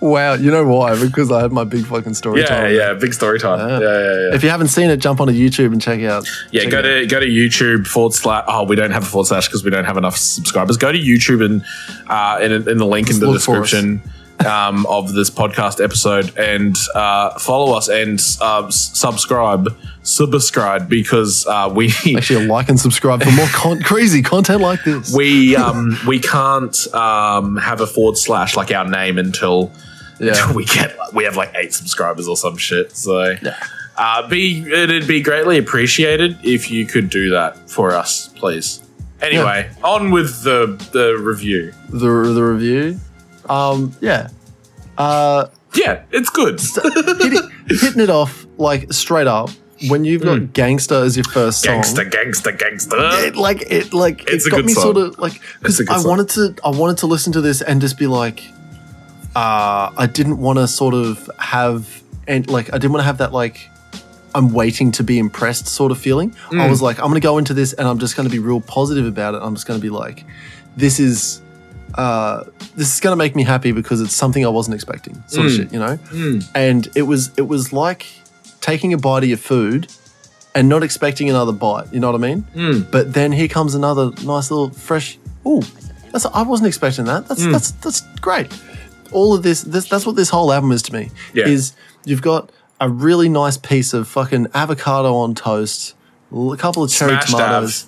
Speaker 1: Wow, you know why? Because I had my big fucking story
Speaker 3: yeah,
Speaker 1: time.
Speaker 3: yeah, big story time.
Speaker 1: Yeah.
Speaker 3: Yeah, yeah, yeah.
Speaker 1: If you haven't seen it, jump onto YouTube and check out.
Speaker 3: Yeah,
Speaker 1: check
Speaker 3: go
Speaker 1: it
Speaker 3: to go to YouTube forward slash. Oh, we don't have a forward slash because we don't have enough subscribers. Go to YouTube and uh, in, in the link
Speaker 1: Just
Speaker 3: in the
Speaker 1: look for us.
Speaker 3: description um, of this podcast episode and uh, follow us and uh, s- subscribe, subscribe because uh, we
Speaker 1: Actually, like and subscribe for more con- crazy content like this.
Speaker 3: we um, we can't um, have a forward slash like our name until
Speaker 1: yeah.
Speaker 3: we get we have like eight subscribers or some shit. So
Speaker 1: Yeah.
Speaker 3: uh, be it'd be greatly appreciated if you could do that for us, please. Anyway, on with the the review.
Speaker 1: the the review. Um, yeah, uh,
Speaker 3: Yeah, it's good.
Speaker 1: hitting, hitting it off like straight up when you've
Speaker 3: Hmm.
Speaker 1: got "Gangster" as your first song.
Speaker 3: gangster, gangster, gangster.
Speaker 1: It, like it, like
Speaker 3: It's
Speaker 1: it
Speaker 3: a
Speaker 1: got
Speaker 3: good
Speaker 1: me
Speaker 3: song.
Speaker 1: sort of like because
Speaker 3: It's a good
Speaker 1: I
Speaker 3: song.
Speaker 1: wanted to, I wanted to listen to this and just be like, uh, I didn't want to sort of have and like I didn't want to have that like. I'm waiting to be impressed, sort of feeling.
Speaker 3: Hmm.
Speaker 1: I was like, I'm going to go into this and I'm just going to be real positive about it. I'm just going to be like, this is, uh, this is going to make me happy because it's something I wasn't expecting, sort of
Speaker 3: Mm.
Speaker 1: shit, you know.
Speaker 3: Mm.
Speaker 1: and it was it was like taking a bite of your food and not expecting another bite. You know what I mean?
Speaker 3: Mm.
Speaker 1: But then here comes another nice little fresh. Ooh, that's I wasn't expecting that.
Speaker 3: Hmm.
Speaker 1: That's that's that's great. All of this, this that's what this whole album is to me.
Speaker 3: Yeah.
Speaker 1: Is you've got a really nice piece of fucking avocado on toast, l- a couple of cherry
Speaker 3: Smash
Speaker 1: tomatoes.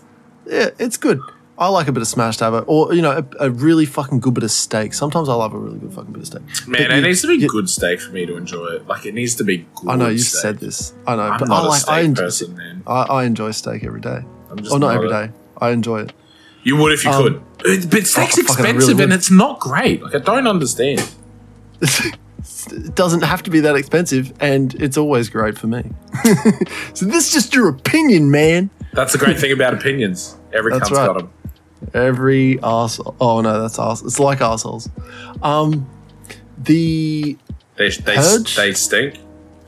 Speaker 3: dabs.
Speaker 1: Yeah, it's good. I like a bit of smashed avocado, or you know, a, a really fucking good bit of steak. Sometimes I love a really good fucking bit of steak. But
Speaker 3: Man, it
Speaker 1: you-
Speaker 3: needs to be
Speaker 1: you-
Speaker 3: good steak for me to enjoy it. Like it needs to be good.
Speaker 1: I know you've
Speaker 3: steak.
Speaker 1: said this. I know,
Speaker 3: I'm
Speaker 1: but
Speaker 3: not
Speaker 1: I
Speaker 3: a
Speaker 1: like.
Speaker 3: steak
Speaker 1: I, en-
Speaker 3: person, man.
Speaker 1: I, I enjoy steak every day.
Speaker 3: I'm just
Speaker 1: Oh, not
Speaker 3: not
Speaker 1: every
Speaker 3: a-
Speaker 1: day. I enjoy it.
Speaker 3: You would if you
Speaker 1: Um,
Speaker 3: could. It- But steak's
Speaker 1: oh, fuck it, I really
Speaker 3: expensive and
Speaker 1: would.
Speaker 3: it's not great. Like I don't understand.
Speaker 1: It doesn't have to be that expensive, and it's always great for me. so this is just your opinion, man.
Speaker 3: That's the great thing about opinions. Every
Speaker 1: That's
Speaker 3: cunt's
Speaker 1: right.
Speaker 3: got them.
Speaker 1: Every arsehole. Oh no, that's arse. It's like arseholes. Um, the
Speaker 3: They they,
Speaker 1: Purge?
Speaker 3: they stink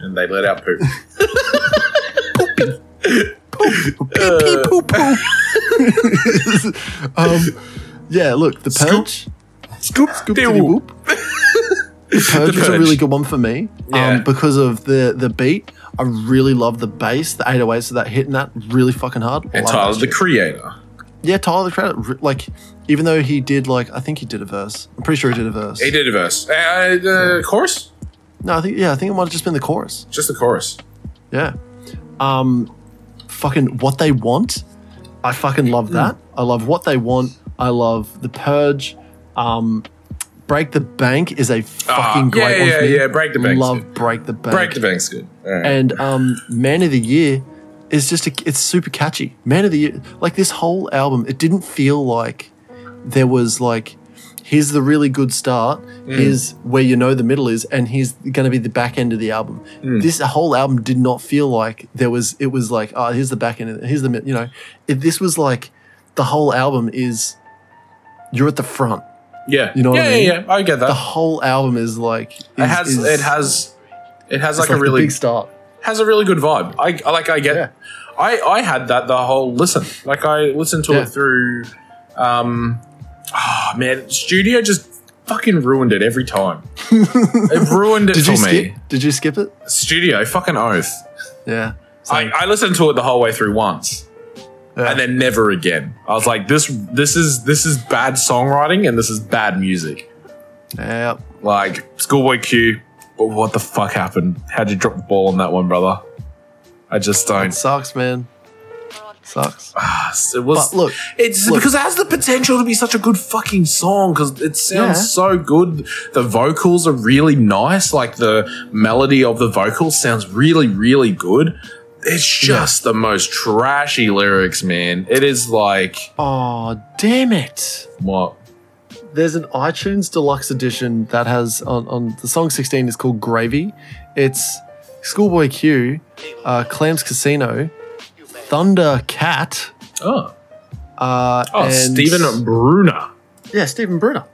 Speaker 3: and they let out poop.
Speaker 1: pee pee poo poo. um, yeah, look, the
Speaker 3: Scoop.
Speaker 1: purge.
Speaker 3: Scoop
Speaker 1: Diddy whoop. The Purge was a
Speaker 3: Purge.
Speaker 1: really good one for me
Speaker 3: Yeah.
Speaker 1: um, because of the the beat. I really love the bass, the 808s, so that hitting that really fucking hard. I
Speaker 3: And
Speaker 1: love
Speaker 3: Tyler,
Speaker 1: that
Speaker 3: the
Speaker 1: shit.
Speaker 3: creator.
Speaker 1: yeah, Tyler the Creator. re- Like, even though he did like, I think he did a verse. I'm pretty sure he did a verse.
Speaker 3: He did a verse. Uh, uh, Chorus?
Speaker 1: No, I think yeah, I think it might have just been the chorus.
Speaker 3: Just the chorus.
Speaker 1: Yeah. Um, fucking what they want. I fucking
Speaker 3: Mm.
Speaker 1: love that. I love what they want. I love the purge. Um, break the bank is a fucking
Speaker 3: Ah, yeah,
Speaker 1: great one.
Speaker 3: yeah,
Speaker 1: for me.
Speaker 3: yeah, Break the Bank's
Speaker 1: Love
Speaker 3: good.
Speaker 1: break the bank.
Speaker 3: Break the Bank's good. All right.
Speaker 1: And um, man of the year is just a, it's super catchy. Man of the year, like this whole album, it didn't feel like there was like here's the really good start,
Speaker 3: Mm.
Speaker 1: here's where you know the middle is, and here's going to be the back end of the album.
Speaker 3: Mm.
Speaker 1: This whole album did not feel like there was. It was like oh, here's the back end, of- here's the mid- you know. If this was like the whole album is you're at the front.
Speaker 3: yeah.
Speaker 1: you know what
Speaker 3: yeah,
Speaker 1: I mean?
Speaker 3: yeah, yeah. I get
Speaker 1: The
Speaker 3: that.
Speaker 1: whole album is like
Speaker 3: It
Speaker 1: is-
Speaker 3: has
Speaker 1: is-
Speaker 3: it has it has
Speaker 1: it's
Speaker 3: like a
Speaker 1: the
Speaker 3: really
Speaker 1: big start.
Speaker 3: has a really good vibe. I I- like I get
Speaker 1: Yeah.
Speaker 3: I I had that the whole listen. Like I listened to
Speaker 1: Yeah.
Speaker 3: it through um oh man, studio just fucking ruined it every time. it ruined it
Speaker 1: Did
Speaker 3: for
Speaker 1: you
Speaker 3: me.
Speaker 1: skip? Did you skip it?
Speaker 3: Studio fucking oath.
Speaker 1: Yeah. So-
Speaker 3: I, I listened to it the whole way through once.
Speaker 1: Yeah.
Speaker 3: And then never again. I was like, this this is this is bad songwriting and this is bad music.
Speaker 1: Yeah.
Speaker 3: Like Schoolboy Q, w- what the fuck happened? How'd you drop the ball on that one, brother? I just don't.
Speaker 1: Sucks, man. Sucks.
Speaker 3: Ah, It was
Speaker 1: But look,
Speaker 3: It's
Speaker 1: Look.
Speaker 3: because it has the potential to be such a good fucking song because it sounds
Speaker 1: Yeah.
Speaker 3: so good. The vocals are really nice. Like the melody of the vocals sounds really, really good. It's just the most trashy lyrics, man. It is like
Speaker 1: oh damn it!
Speaker 3: what?
Speaker 1: there's an iTunes deluxe edition that has on, on the song 16 is called Gravy. It's Schoolboy Q, uh, Clams Casino, Thunder Cat,
Speaker 3: Oh,
Speaker 1: uh,
Speaker 3: oh,
Speaker 1: and
Speaker 3: Stephen Bruner.
Speaker 1: Yeah, Stephen Bruner.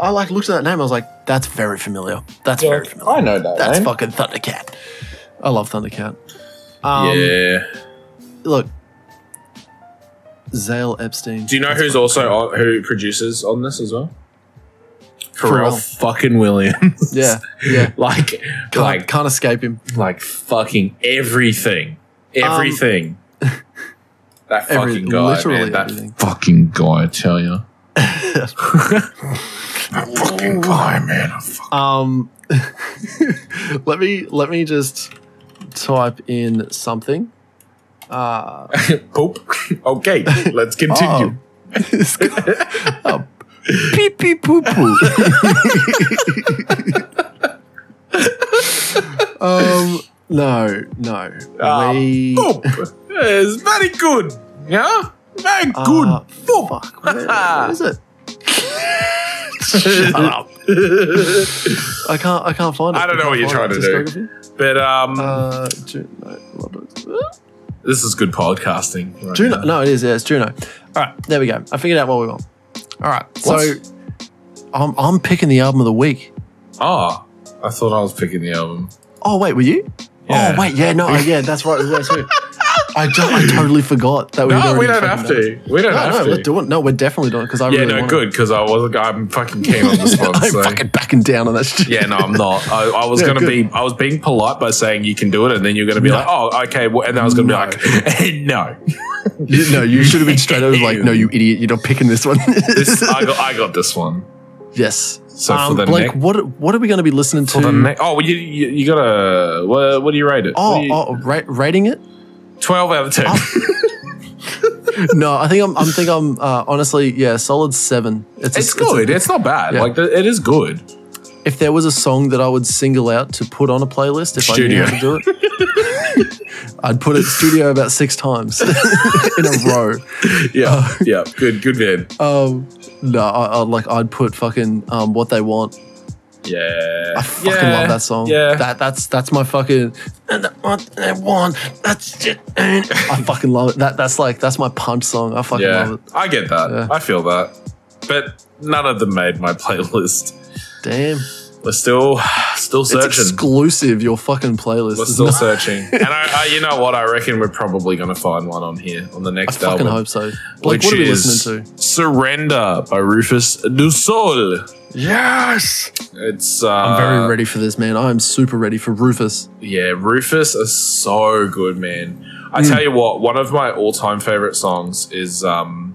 Speaker 1: I like looked at that name. I was like, that's very familiar. That's very familiar.
Speaker 3: I know that.
Speaker 1: That's
Speaker 3: name.
Speaker 1: fucking Thundercat. I love Thundercat. Um,
Speaker 3: yeah.
Speaker 1: Look, Zale Epstein.
Speaker 3: Do you know
Speaker 1: That's
Speaker 3: who's
Speaker 1: fucking
Speaker 3: also
Speaker 1: cool.
Speaker 3: on, who produces on this as well?
Speaker 1: Pharrell.
Speaker 3: Pharrell, fucking Williams.
Speaker 1: Yeah, yeah.
Speaker 3: like,
Speaker 1: Can't,
Speaker 3: like,
Speaker 1: can't escape him.
Speaker 3: like fucking everything,
Speaker 1: Um,
Speaker 3: everything. that fucking
Speaker 1: every-
Speaker 3: guy,
Speaker 1: literally
Speaker 3: man, that
Speaker 1: everything.
Speaker 3: fucking guy. I tell you, fucking guy, man. I fuck-
Speaker 1: Um, let me let me just type in something. Uh,
Speaker 3: Poop. okay, let's
Speaker 1: oh.
Speaker 3: continue.
Speaker 1: It's got- oh, pee pee poo poo. um, no, no,
Speaker 3: Ah,
Speaker 1: we.
Speaker 3: Poop. it's very good. Yeah, very
Speaker 1: Ah,
Speaker 3: good. Oh. Poop.
Speaker 1: Fuck, where- where is it? Shut up. I can't. I can't find it.
Speaker 3: I don't know what you're
Speaker 1: can't find
Speaker 3: trying
Speaker 1: it.
Speaker 3: to But um,
Speaker 1: Uh, Ju- no, Wild Dogs.
Speaker 3: this is good podcasting. right
Speaker 1: Juno.
Speaker 3: now.
Speaker 1: No, it is. Yeah, it's Juno. All right, there we go. I figured out what we want. All right, so
Speaker 3: What's-
Speaker 1: I'm I'm picking the album of the week.
Speaker 3: Ah, I thought I was picking the album.
Speaker 1: Oh wait, were you?
Speaker 3: Yeah.
Speaker 1: Oh wait, yeah, no, yeah, that's right. That's right. I just, I totally forgot that we.
Speaker 3: No,
Speaker 1: had
Speaker 3: we
Speaker 1: already
Speaker 3: don't have
Speaker 1: fucking
Speaker 3: to. We don't
Speaker 1: done it.
Speaker 3: have
Speaker 1: No, no,
Speaker 3: to.
Speaker 1: we're doing. No, we're definitely doing it because I
Speaker 3: yeah,
Speaker 1: really
Speaker 3: no,
Speaker 1: want
Speaker 3: good because I wasn't. I'm fucking keen on this
Speaker 1: It.
Speaker 3: one.
Speaker 1: I'm
Speaker 3: so.
Speaker 1: fucking backing down on that shit.
Speaker 3: Yeah, no, I'm not. I, I was
Speaker 1: Yeah,
Speaker 3: gonna
Speaker 1: good.
Speaker 3: be. I was being polite by saying you can do it, and then you're gonna be
Speaker 1: No.
Speaker 3: like, "Oh, okay," well, and then I was gonna
Speaker 1: No.
Speaker 3: be like, "No,
Speaker 1: You- no, you should have been straight over like, no, you idiot, you're not picking this one.
Speaker 3: this, I got, I got this one."
Speaker 1: yes. Um,
Speaker 3: So for the
Speaker 1: Blake,
Speaker 3: next-
Speaker 1: what what are we going to be listening to?
Speaker 3: For the next, oh, well, you, you, you gotta. What, what do you rate it? What
Speaker 1: oh,
Speaker 3: do you-
Speaker 1: oh, ra- rating it?
Speaker 3: 12 out of ten.
Speaker 1: No, I think I'm. I'm think I'm. Uh, honestly, yeah, solid seven. It's, a-
Speaker 3: it's
Speaker 1: a-
Speaker 3: good. It's, not bad.
Speaker 1: Yeah.
Speaker 3: Like th- it is good.
Speaker 1: if there was a song that I would single out to put on a playlist, if
Speaker 3: Studio.
Speaker 1: I knew how to do it, I'd put it studio about six times in a row. Oh.
Speaker 3: Yeah, yeah, good, good vid.
Speaker 1: Um, no, I, I'd like I'd put fucking um, what they want.
Speaker 3: Yeah,
Speaker 1: I fucking
Speaker 3: yeah.
Speaker 1: love that song.
Speaker 3: Yeah,
Speaker 1: that that's that's my fucking and that what they want. That's it. I fucking love it. That that's like that's my punch song. I fucking
Speaker 3: yeah.
Speaker 1: love it.
Speaker 3: I get that.
Speaker 1: Yeah.
Speaker 3: I feel that. But none of them made my playlist.
Speaker 1: Damn,
Speaker 3: We're still, still
Speaker 1: it's
Speaker 3: searching.
Speaker 1: exclusive. Your fucking playlist.
Speaker 3: We're
Speaker 1: There's
Speaker 3: still
Speaker 1: no-
Speaker 3: searching. And I, I, you know what? I reckon we're probably going to find one on here on the
Speaker 1: I
Speaker 3: next
Speaker 1: fucking
Speaker 3: album.
Speaker 1: hope so. Like,
Speaker 3: which
Speaker 1: what are we
Speaker 3: is
Speaker 1: listening to?
Speaker 3: Surrender by Rufus Du Sol.
Speaker 1: Yes.
Speaker 3: It's uh,
Speaker 1: I'm very ready for this, man. I am super ready for Rufus.
Speaker 3: Yeah, Rufus is so good, man. I
Speaker 1: Mm.
Speaker 3: tell you what, one of my all-time favorite songs is um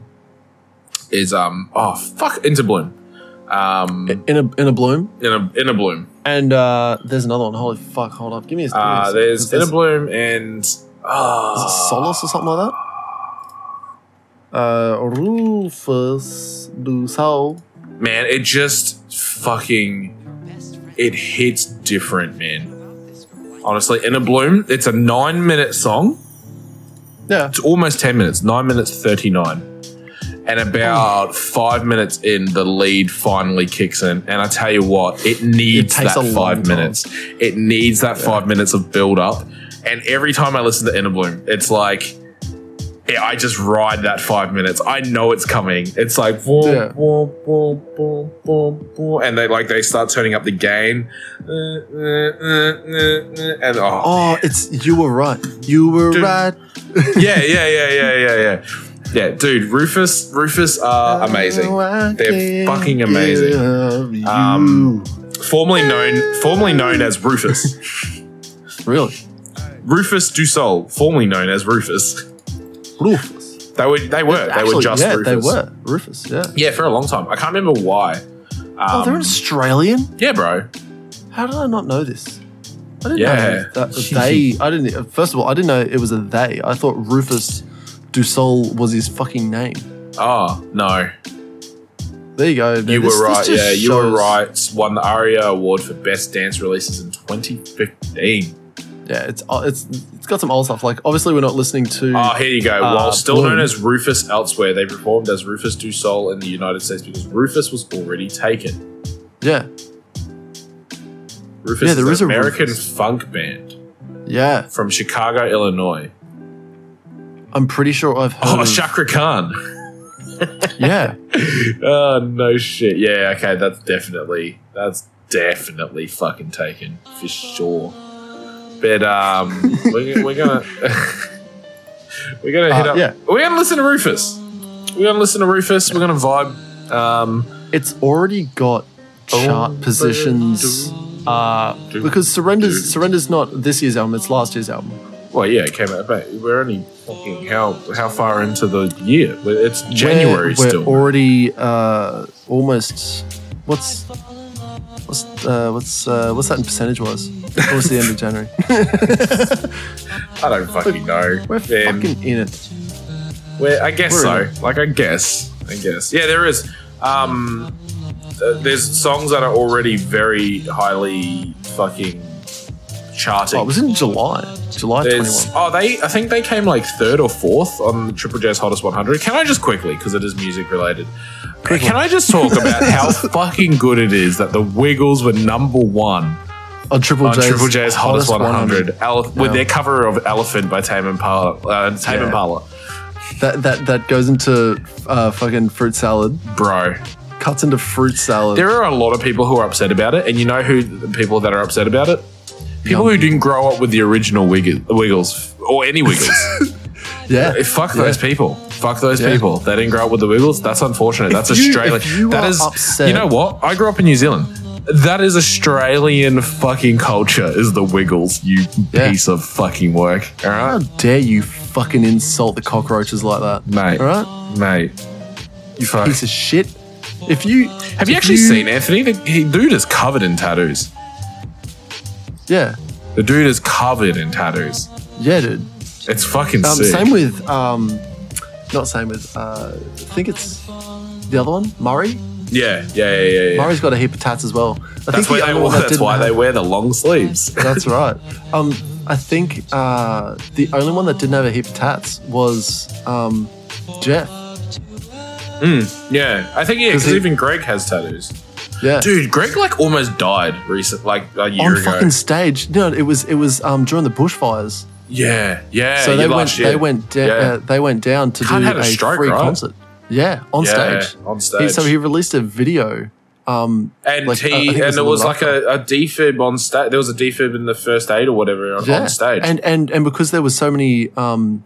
Speaker 3: is um oh fuck Into Bloom. Um
Speaker 1: In a in a bloom.
Speaker 3: in a in a bloom.
Speaker 1: And uh there's another one. Holy fuck, hold up. Give me a give me a
Speaker 3: Uh
Speaker 1: second.
Speaker 3: there's
Speaker 1: Is
Speaker 3: in a
Speaker 1: this-
Speaker 3: bloom and
Speaker 1: is it
Speaker 3: uh,
Speaker 1: Solace or something like that? Uh Rufus do so.
Speaker 3: Man, it just fucking it hits different, man. Honestly, in a bloom, it's a nine minute song.
Speaker 1: Yeah.
Speaker 3: It's almost ten minutes, nine minutes thirty-nine. And about
Speaker 1: Hmm.
Speaker 3: five minutes in, the lead finally kicks in. And I tell you what, it needs
Speaker 1: takes
Speaker 3: that
Speaker 1: a long
Speaker 3: five
Speaker 1: time.
Speaker 3: minutes. It needs that five minutes of build up. And every time I listen to Inner Bloom, it's like yeah, I just ride that five minutes. I know it's coming. It's like whoa,
Speaker 1: Yeah.
Speaker 3: whoa, whoa, whoa, whoa, whoa. and they like they start turning up the gain. Uh, uh, uh, uh, uh, And oh,
Speaker 1: Oh, it's you were right. You were
Speaker 3: Dude.
Speaker 1: right.
Speaker 3: yeah, yeah, yeah, yeah, yeah, yeah. Yeah, dude, Rufus, Rufus
Speaker 1: Uh,
Speaker 3: are Uh, amazing. They're fucking amazing. Um,
Speaker 1: Um,
Speaker 3: Formerly known, formerly known as Rufus,
Speaker 1: really?
Speaker 3: Rufus Dussol, formerly known as Rufus.
Speaker 1: Rufus.
Speaker 3: They were, they were, they were just
Speaker 1: yeah,
Speaker 3: Rufus.
Speaker 1: they were. Rufus, yeah.
Speaker 3: Yeah, for a long time. I can't remember why. Um,
Speaker 1: oh, they're Australian?
Speaker 3: yeah, bro.
Speaker 1: How did I not know this? I didn't
Speaker 3: Yeah.
Speaker 1: know that they. I didn't. First of all, I didn't know it was a they. I thought Rufus Dussol was his fucking name.
Speaker 3: Oh no,
Speaker 1: There you go.
Speaker 3: you were right. Yeah, you were
Speaker 1: right.
Speaker 3: right. Won the ARIA Award for Best Dance Releases in 2015.
Speaker 1: yeah, it's uh, it's it's got some old stuff. Like obviously we're not listening to.
Speaker 3: Oh, here you go.
Speaker 1: Uh,
Speaker 3: While still
Speaker 1: Bloom.
Speaker 3: known as Rufus elsewhere, they performed as Rufus Du Sol in the United States because Rufus was already taken.
Speaker 1: yeah,
Speaker 3: Rufus
Speaker 1: Yeah,
Speaker 3: is
Speaker 1: there
Speaker 3: an
Speaker 1: is a
Speaker 3: American
Speaker 1: Rufus.
Speaker 3: funk band
Speaker 1: yeah.
Speaker 3: from Chicago, Illinois.
Speaker 1: I'm pretty sure I've heard.
Speaker 3: Oh,
Speaker 1: of-
Speaker 3: Chakra Khan.
Speaker 1: Yeah,
Speaker 3: oh no shit. Yeah, okay, that's definitely that's definitely fucking taken for sure. But um, we're, we're gonna we're gonna hit
Speaker 1: Uh,
Speaker 3: up.
Speaker 1: yeah.
Speaker 3: We're gonna listen to Rufus. We're gonna listen to Rufus. We're gonna vibe. Um,
Speaker 1: it's already got chart positions.
Speaker 3: Oh,
Speaker 1: Uh, because surrenders surrenders not this year's album. It's last year's album.
Speaker 3: well, yeah, it came out. But we're only fucking how how far into the year? We're- It's January
Speaker 1: we're, we're
Speaker 3: still.
Speaker 1: already uh, almost what's what's uh, what's uh, what's that in percentage was towards the end of January.
Speaker 3: I don't fucking know.
Speaker 1: We're
Speaker 3: Um,
Speaker 1: fucking in it.
Speaker 3: Well, I guess
Speaker 1: We're in
Speaker 3: so. Like, I guess. I guess. Yeah, there is. Um, th- there's songs that are already very highly fucking charting.
Speaker 1: Oh, it was in July, July twenty
Speaker 3: There's-
Speaker 1: one.
Speaker 3: oh, they. I think they came like third or fourth on the Triple J's Hottest 100. Can I just quickly, because it is music related, can I just talk about how fucking good it is that the Wiggles were number one
Speaker 1: On Oh, Triple
Speaker 3: on
Speaker 1: J's,
Speaker 3: Triple J's Hottest 100, ele- with
Speaker 1: Yeah.
Speaker 3: their cover of "Elephant" by Tame Impala. Uh, Tame
Speaker 1: Yeah.
Speaker 3: Impala,
Speaker 1: That that that goes into uh, fucking fruit salad.
Speaker 3: bro.
Speaker 1: Cuts into fruit salad.
Speaker 3: There are a lot of people who are upset about it, and you know who the people that are upset about it? People who didn't grow up with the original Wiggles, Wiggles or any Wiggles.
Speaker 1: yeah,
Speaker 3: Eh, Fuck those people. Fuck those
Speaker 1: Yeah.
Speaker 3: people. They didn't grow up with the Wiggles. That's unfortunate. That's
Speaker 1: you- if
Speaker 3: Australian.
Speaker 1: you
Speaker 3: that
Speaker 1: are
Speaker 3: is.
Speaker 1: upset-
Speaker 3: You know what? I grew up in New Zealand. That is Australian fucking culture. Is the Wiggles? You
Speaker 1: Yeah.
Speaker 3: piece of fucking work. All
Speaker 1: How
Speaker 3: right,
Speaker 1: dare you fucking insult the cockroaches like that,
Speaker 3: mate.
Speaker 1: All right,
Speaker 3: Mate. You fuck.
Speaker 1: piece of shit. If you
Speaker 3: Have you
Speaker 1: if
Speaker 3: actually seen Anthony? The, he- dude is covered in tattoos.
Speaker 1: Yeah,
Speaker 3: The dude is covered in tattoos.
Speaker 1: yeah, dude.
Speaker 3: It's fucking
Speaker 1: Um,
Speaker 3: sick.
Speaker 1: same with um, not same with. Uh, I think it's the other one, Murray.
Speaker 3: yeah, yeah, yeah, yeah. yeah.
Speaker 1: Murray's got a heap of tats as well. I
Speaker 3: that's
Speaker 1: think the
Speaker 3: why they
Speaker 1: other
Speaker 3: wore,
Speaker 1: one that
Speaker 3: that's
Speaker 1: didn't
Speaker 3: why they
Speaker 1: have-
Speaker 3: wear the long sleeves.
Speaker 1: That's right. Um, I think uh, the only one that didn't have a heap of tats was um, Jeff.
Speaker 3: yeah, I think yeah,
Speaker 1: 'Cause
Speaker 3: because
Speaker 1: he-
Speaker 3: even Greg has tattoos.
Speaker 1: Yeah,
Speaker 3: Dude, Greg like almost died recent, like a year
Speaker 1: on
Speaker 3: ago.
Speaker 1: fucking stage. No, it was it was um, during the bushfires.
Speaker 3: yeah, yeah.
Speaker 1: so they
Speaker 3: you
Speaker 1: went
Speaker 3: last year.
Speaker 1: they went da-
Speaker 3: Yeah.
Speaker 1: uh, they went down to
Speaker 3: Cunt
Speaker 1: do
Speaker 3: had
Speaker 1: a,
Speaker 3: a stroke,
Speaker 1: free
Speaker 3: right?
Speaker 1: concert. Yeah, on
Speaker 3: Yeah,
Speaker 1: stage.
Speaker 3: on stage.
Speaker 1: He, so he released a video. Um,
Speaker 3: and
Speaker 1: like, I- I
Speaker 3: he
Speaker 1: think it was
Speaker 3: and
Speaker 1: a
Speaker 3: there was
Speaker 1: little
Speaker 3: like a, a defib on stage. There was a defib in the first aid or whatever on,
Speaker 1: yeah.
Speaker 3: on stage.
Speaker 1: and and and because there was so many um,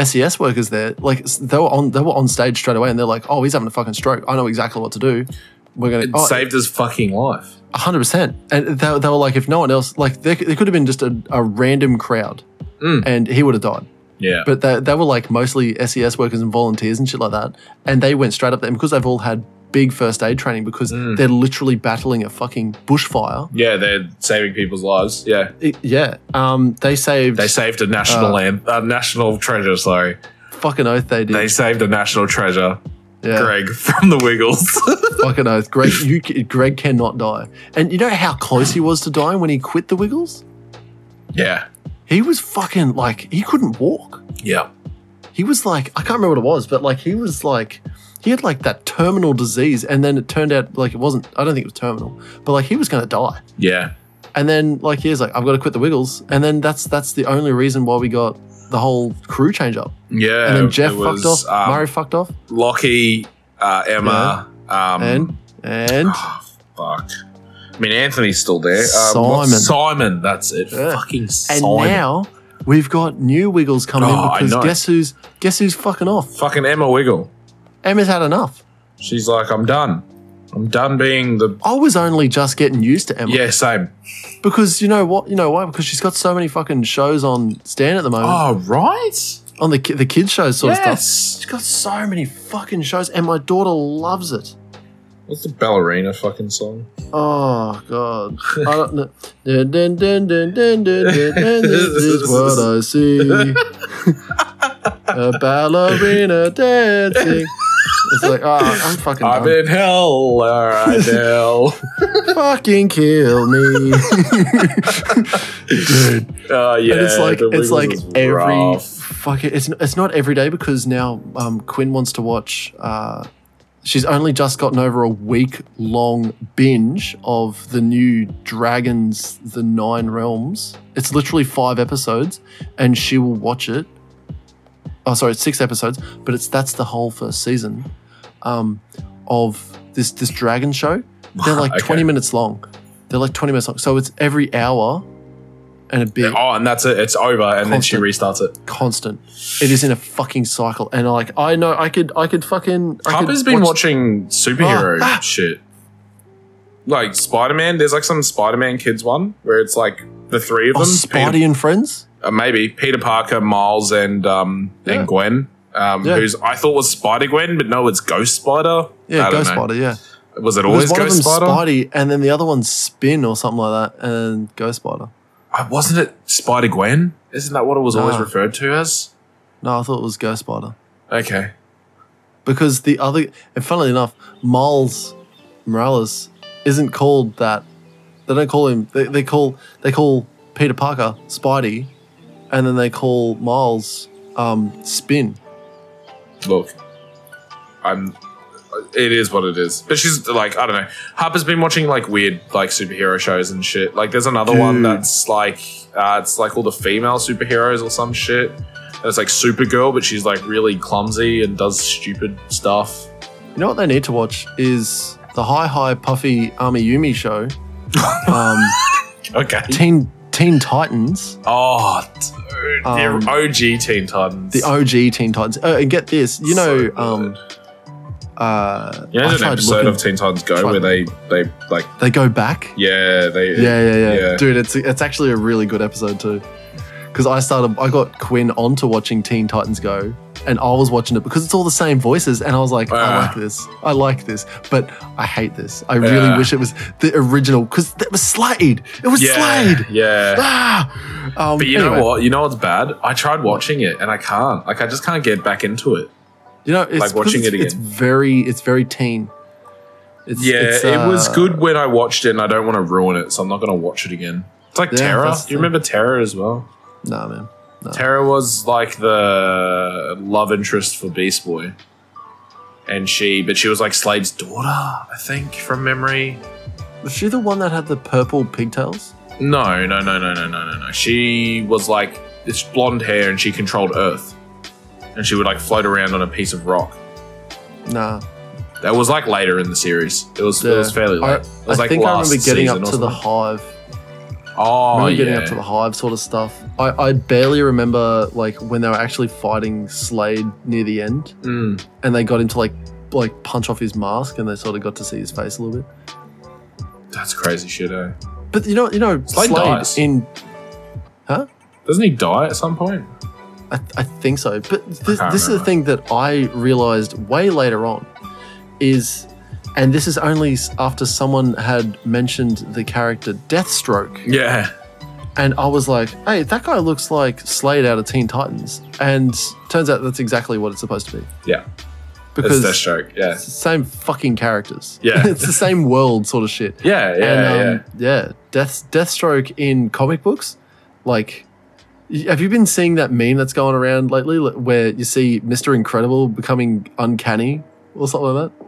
Speaker 1: SES workers there, like s- they were on they were on stage straight away, and they're like, "Oh, he's having a fucking stroke. I know exactly what to do. We're gonna
Speaker 3: it
Speaker 1: oh,
Speaker 3: saved his fucking life.
Speaker 1: hundred percent. And they, they were like, if no one else, like there, c- there could have been just a, a random crowd,
Speaker 3: Mm.
Speaker 1: and he would have died.
Speaker 3: Yeah.
Speaker 1: But they, they were like mostly SES workers and volunteers and shit like that, and they went straight up there and because they've all had big first aid training because
Speaker 3: Mm.
Speaker 1: they're literally battling a fucking bushfire.
Speaker 3: yeah, they're saving people's lives. Yeah.
Speaker 1: It- yeah, um, they saved
Speaker 3: They saved a national
Speaker 1: Uh,
Speaker 3: land, a national treasure, sorry.
Speaker 1: fucking oath they did.
Speaker 3: They saved a national treasure,
Speaker 1: yeah.
Speaker 3: Greg, from the Wiggles.
Speaker 1: Fucking oath, Greg. You, Greg cannot die. And you know how close he was to dying when he quit the Wiggles.
Speaker 3: yeah.
Speaker 1: He was fucking like he couldn't walk.
Speaker 3: Yeah.
Speaker 1: He was like I can't remember what it was, but like he was like he had like that terminal disease, and then it turned out like it wasn't. I don't think it was terminal, but like he was gonna die.
Speaker 3: Yeah.
Speaker 1: And then like he was like I've got to quit the Wiggles, and then that's that's the only reason why we got the whole crew change up.
Speaker 3: Yeah.
Speaker 1: And then Jeff
Speaker 3: it was,
Speaker 1: fucked off,
Speaker 3: Um,
Speaker 1: Murray fucked off,
Speaker 3: Lockie, uh, Emma, um, oh,
Speaker 1: and and
Speaker 3: fuck. I mean, Anthony's still there. Um,
Speaker 1: Simon.
Speaker 3: what- Simon, that's it.
Speaker 1: Yeah.
Speaker 3: Fucking
Speaker 1: and
Speaker 3: Simon.
Speaker 1: now we've got new Wiggles coming
Speaker 3: Oh, I
Speaker 1: in
Speaker 3: know.
Speaker 1: because guess who's guess who's fucking off?
Speaker 3: Fucking Emma Wiggle.
Speaker 1: Emma's had enough.
Speaker 3: She's like, I'm done. I'm done being the.
Speaker 1: I was only just getting used to Emma
Speaker 3: Yeah, same.
Speaker 1: because you know what? You know why? Because she's got so many fucking shows on Stan at the moment
Speaker 3: Oh, right?
Speaker 1: on the ki- the kids shows sort of stuff.
Speaker 3: Yes.
Speaker 1: She's got so many fucking shows, and my daughter loves it.
Speaker 3: What's the ballerina fucking song?
Speaker 1: Oh god! I don't know. Dun, dun, dun, dun, dun, dun, dun, dun, this is what I see. A ballerina dancing. It's like, oh, I'm fucking
Speaker 3: I'm
Speaker 1: done.
Speaker 3: in hell. I know.
Speaker 1: Fucking kill me, dude.
Speaker 3: Uh, yeah,
Speaker 1: and it's like
Speaker 3: the
Speaker 1: it's
Speaker 3: Wiggles
Speaker 1: like
Speaker 3: is
Speaker 1: every
Speaker 3: rough.
Speaker 1: fucking it's it's not every day because now um, Quinn wants to watch. Uh, she's only just gotten over a week long binge of the new Dragons: The Nine Realms. It's literally five episodes, and she will watch it. Oh, sorry, it's six episodes, but it's that's the whole first season um, of this this dragon show. They're like
Speaker 3: Okay.
Speaker 1: twenty minutes long. They're like twenty minutes long, so it's every hour and a bit
Speaker 3: Oh, and that's it. It's over, and then she restarts it.
Speaker 1: constant. It is in a fucking cycle, and like I know, I could, I could fucking. I could
Speaker 3: Harper's been
Speaker 1: watch-
Speaker 3: watching superhero
Speaker 1: Ah, ah.
Speaker 3: shit, like Spider Man. There's like some Spider Man kids one where it's like the three of
Speaker 1: Oh,
Speaker 3: them, Peter-
Speaker 1: Spidey and Friends.
Speaker 3: uh, maybe Peter Parker, Miles, and um,
Speaker 1: Yeah.
Speaker 3: and Gwen. Um,
Speaker 1: Yeah.
Speaker 3: Who's I thought was Spider Gwen, but no, it's Ghost Spider.
Speaker 1: Yeah,
Speaker 3: I don't
Speaker 1: Ghost
Speaker 3: know.
Speaker 1: Spider. Yeah,
Speaker 3: Was it
Speaker 1: There's
Speaker 3: always
Speaker 1: one of
Speaker 3: Ghost
Speaker 1: them
Speaker 3: Spider?
Speaker 1: Spidey, and then the other one's Spin or something like that, and Ghost Spider.
Speaker 3: Uh, wasn't it Spider Gwen? Isn't that what it was always
Speaker 1: No.
Speaker 3: referred to as?
Speaker 1: No, I thought it was Ghost Spider
Speaker 3: Okay.
Speaker 1: because the other, and funnily enough, Miles Morales isn't called that. They don't call him. They, they call they call Peter Parker Spidey, and then they call Miles um, Spin.
Speaker 3: look, I'm. It is what it is. But she's like, I don't know. Harper's been watching like weird like superhero shows and shit. Like, there's another one
Speaker 1: Dude.
Speaker 3: that's like, uh, it's like all the female superheroes or some shit. And it's like Supergirl, but she's like really clumsy and does stupid stuff.
Speaker 1: You know what they need to watch is the High High Puffy Army Yumi show, um,
Speaker 3: Okay.
Speaker 1: Teen Teen Titans,
Speaker 3: Oh, dude, they're
Speaker 1: Um,
Speaker 3: OG Teen Titans.
Speaker 1: the OG Teen Titans. Oh, and get this, you
Speaker 3: So
Speaker 1: know,
Speaker 3: good.
Speaker 1: um, uh,
Speaker 3: you know,
Speaker 1: I
Speaker 3: there's an
Speaker 1: tried
Speaker 3: episode
Speaker 1: looking-
Speaker 3: of Teen Titans Go
Speaker 1: tried-
Speaker 3: where they they like,
Speaker 1: they go back.
Speaker 3: yeah, they
Speaker 1: Yeah, yeah, yeah,
Speaker 3: yeah.
Speaker 1: dude. It's it's actually a really good episode too, because I started, I got Quinn onto watching Teen Titans Go, and I was watching it because it's all the same voices, and I was like, I
Speaker 3: Ah.
Speaker 1: like this, I like this, but I hate this. I really
Speaker 3: Yeah.
Speaker 1: wish it was the original because that was Slade. It was
Speaker 3: yeah,
Speaker 1: Slade.
Speaker 3: yeah.
Speaker 1: Ah! Um,
Speaker 3: But you
Speaker 1: anyway,
Speaker 3: know what? You know what's bad? I tried watching it and I can't. Like I just can't get back into it.
Speaker 1: You know, it's
Speaker 3: Like watching
Speaker 1: because it's,
Speaker 3: it
Speaker 1: It's
Speaker 3: again.
Speaker 1: very, it's very teen. It's,
Speaker 3: yeah,
Speaker 1: it's,
Speaker 3: it was
Speaker 1: uh,
Speaker 3: good when I watched it and I don't want to ruin it, so I'm not gonna watch it again. It's like
Speaker 1: Yeah,
Speaker 3: Terror.
Speaker 1: that's Uh.
Speaker 3: You
Speaker 1: the-
Speaker 3: remember Terror as well?
Speaker 1: Nah, man. No.
Speaker 3: Terror was like the love interest for Beast Boy. And she but she was like Slade's daughter, I think, from memory.
Speaker 1: Was she the one that had the purple pigtails?
Speaker 3: No, no, no, no, no, no, no, no. She was like it's blonde hair and she controlled Earth. And she would like float around on a piece of rock.
Speaker 1: Nah.
Speaker 3: That was like later in the series. It was it
Speaker 1: Yeah.
Speaker 3: was fairly
Speaker 1: I,
Speaker 3: late. it was
Speaker 1: I
Speaker 3: like
Speaker 1: think I
Speaker 3: last
Speaker 1: remember getting up
Speaker 3: season or
Speaker 1: to the
Speaker 3: something.
Speaker 1: hive. I
Speaker 3: Oh
Speaker 1: remember
Speaker 3: yeah.
Speaker 1: getting up to the hive sort of stuff. I, I barely remember like when they were actually fighting Slade near the end
Speaker 3: Mm.
Speaker 1: and they got him to like like punch off his mask and they sort of got to see his face a little bit.
Speaker 3: That's crazy shit. Eh?
Speaker 1: But you know you know
Speaker 3: Slade
Speaker 1: Slade,
Speaker 3: dies.
Speaker 1: in
Speaker 3: Doesn't he die at some point?
Speaker 1: I, I think so. But this,
Speaker 3: can't
Speaker 1: this is the
Speaker 3: remember.
Speaker 1: thing that I realized way later on is, and this is only s- after someone had mentioned the character Deathstroke.
Speaker 3: Yeah.
Speaker 1: And I was like, hey, that guy looks like Slade out of Teen Titans. And turns out that's exactly what it's supposed to be.
Speaker 3: Yeah.
Speaker 1: Because
Speaker 3: it's Deathstroke. Yeah.
Speaker 1: it's the same fucking characters.
Speaker 3: Yeah.
Speaker 1: it's the same world sort of shit.
Speaker 3: Yeah. Yeah.
Speaker 1: and, um, yeah. Death Deathstroke in comic books, like, y- have you been seeing that meme that's going around lately, li- where you see Mister Incredible becoming uncanny or something like that?
Speaker 3: yeah.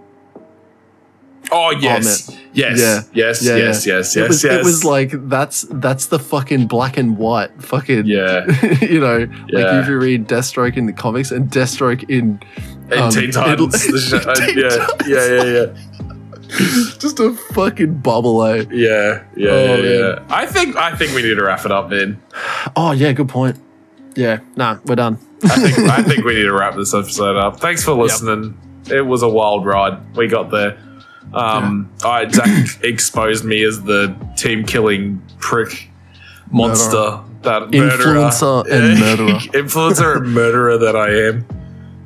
Speaker 3: Oh yes. yes.
Speaker 1: Yeah.
Speaker 3: Yes.
Speaker 1: Yeah,
Speaker 3: Yes. Yes. Yes.
Speaker 1: it was,
Speaker 3: yes.
Speaker 1: it was like that's that's the fucking black and white fucking.
Speaker 3: Yeah.
Speaker 1: you know,
Speaker 3: Yeah.
Speaker 1: like if you read Deathstroke in the comics and Deathstroke in
Speaker 3: In
Speaker 1: um,
Speaker 3: Teen Titans.
Speaker 1: it'll-
Speaker 3: the sh- uh,
Speaker 1: Teen
Speaker 3: yeah. yeah. Yeah. Yeah.
Speaker 1: just a fucking bubble, eh?
Speaker 3: Yeah. Yeah.
Speaker 1: Oh,
Speaker 3: yeah,
Speaker 1: man.
Speaker 3: yeah. I think. I think we need to wrap it up, then.
Speaker 1: Oh yeah, good point. Yeah, nah, we're done.
Speaker 3: I think, I think we need to wrap this episode up. Thanks for listening. It was a wild ride. We got there. Um, I, Zach exposed me as the team killing prick monster, that murderer.
Speaker 1: Influencer and murderer.
Speaker 3: influencer and murderer that I am.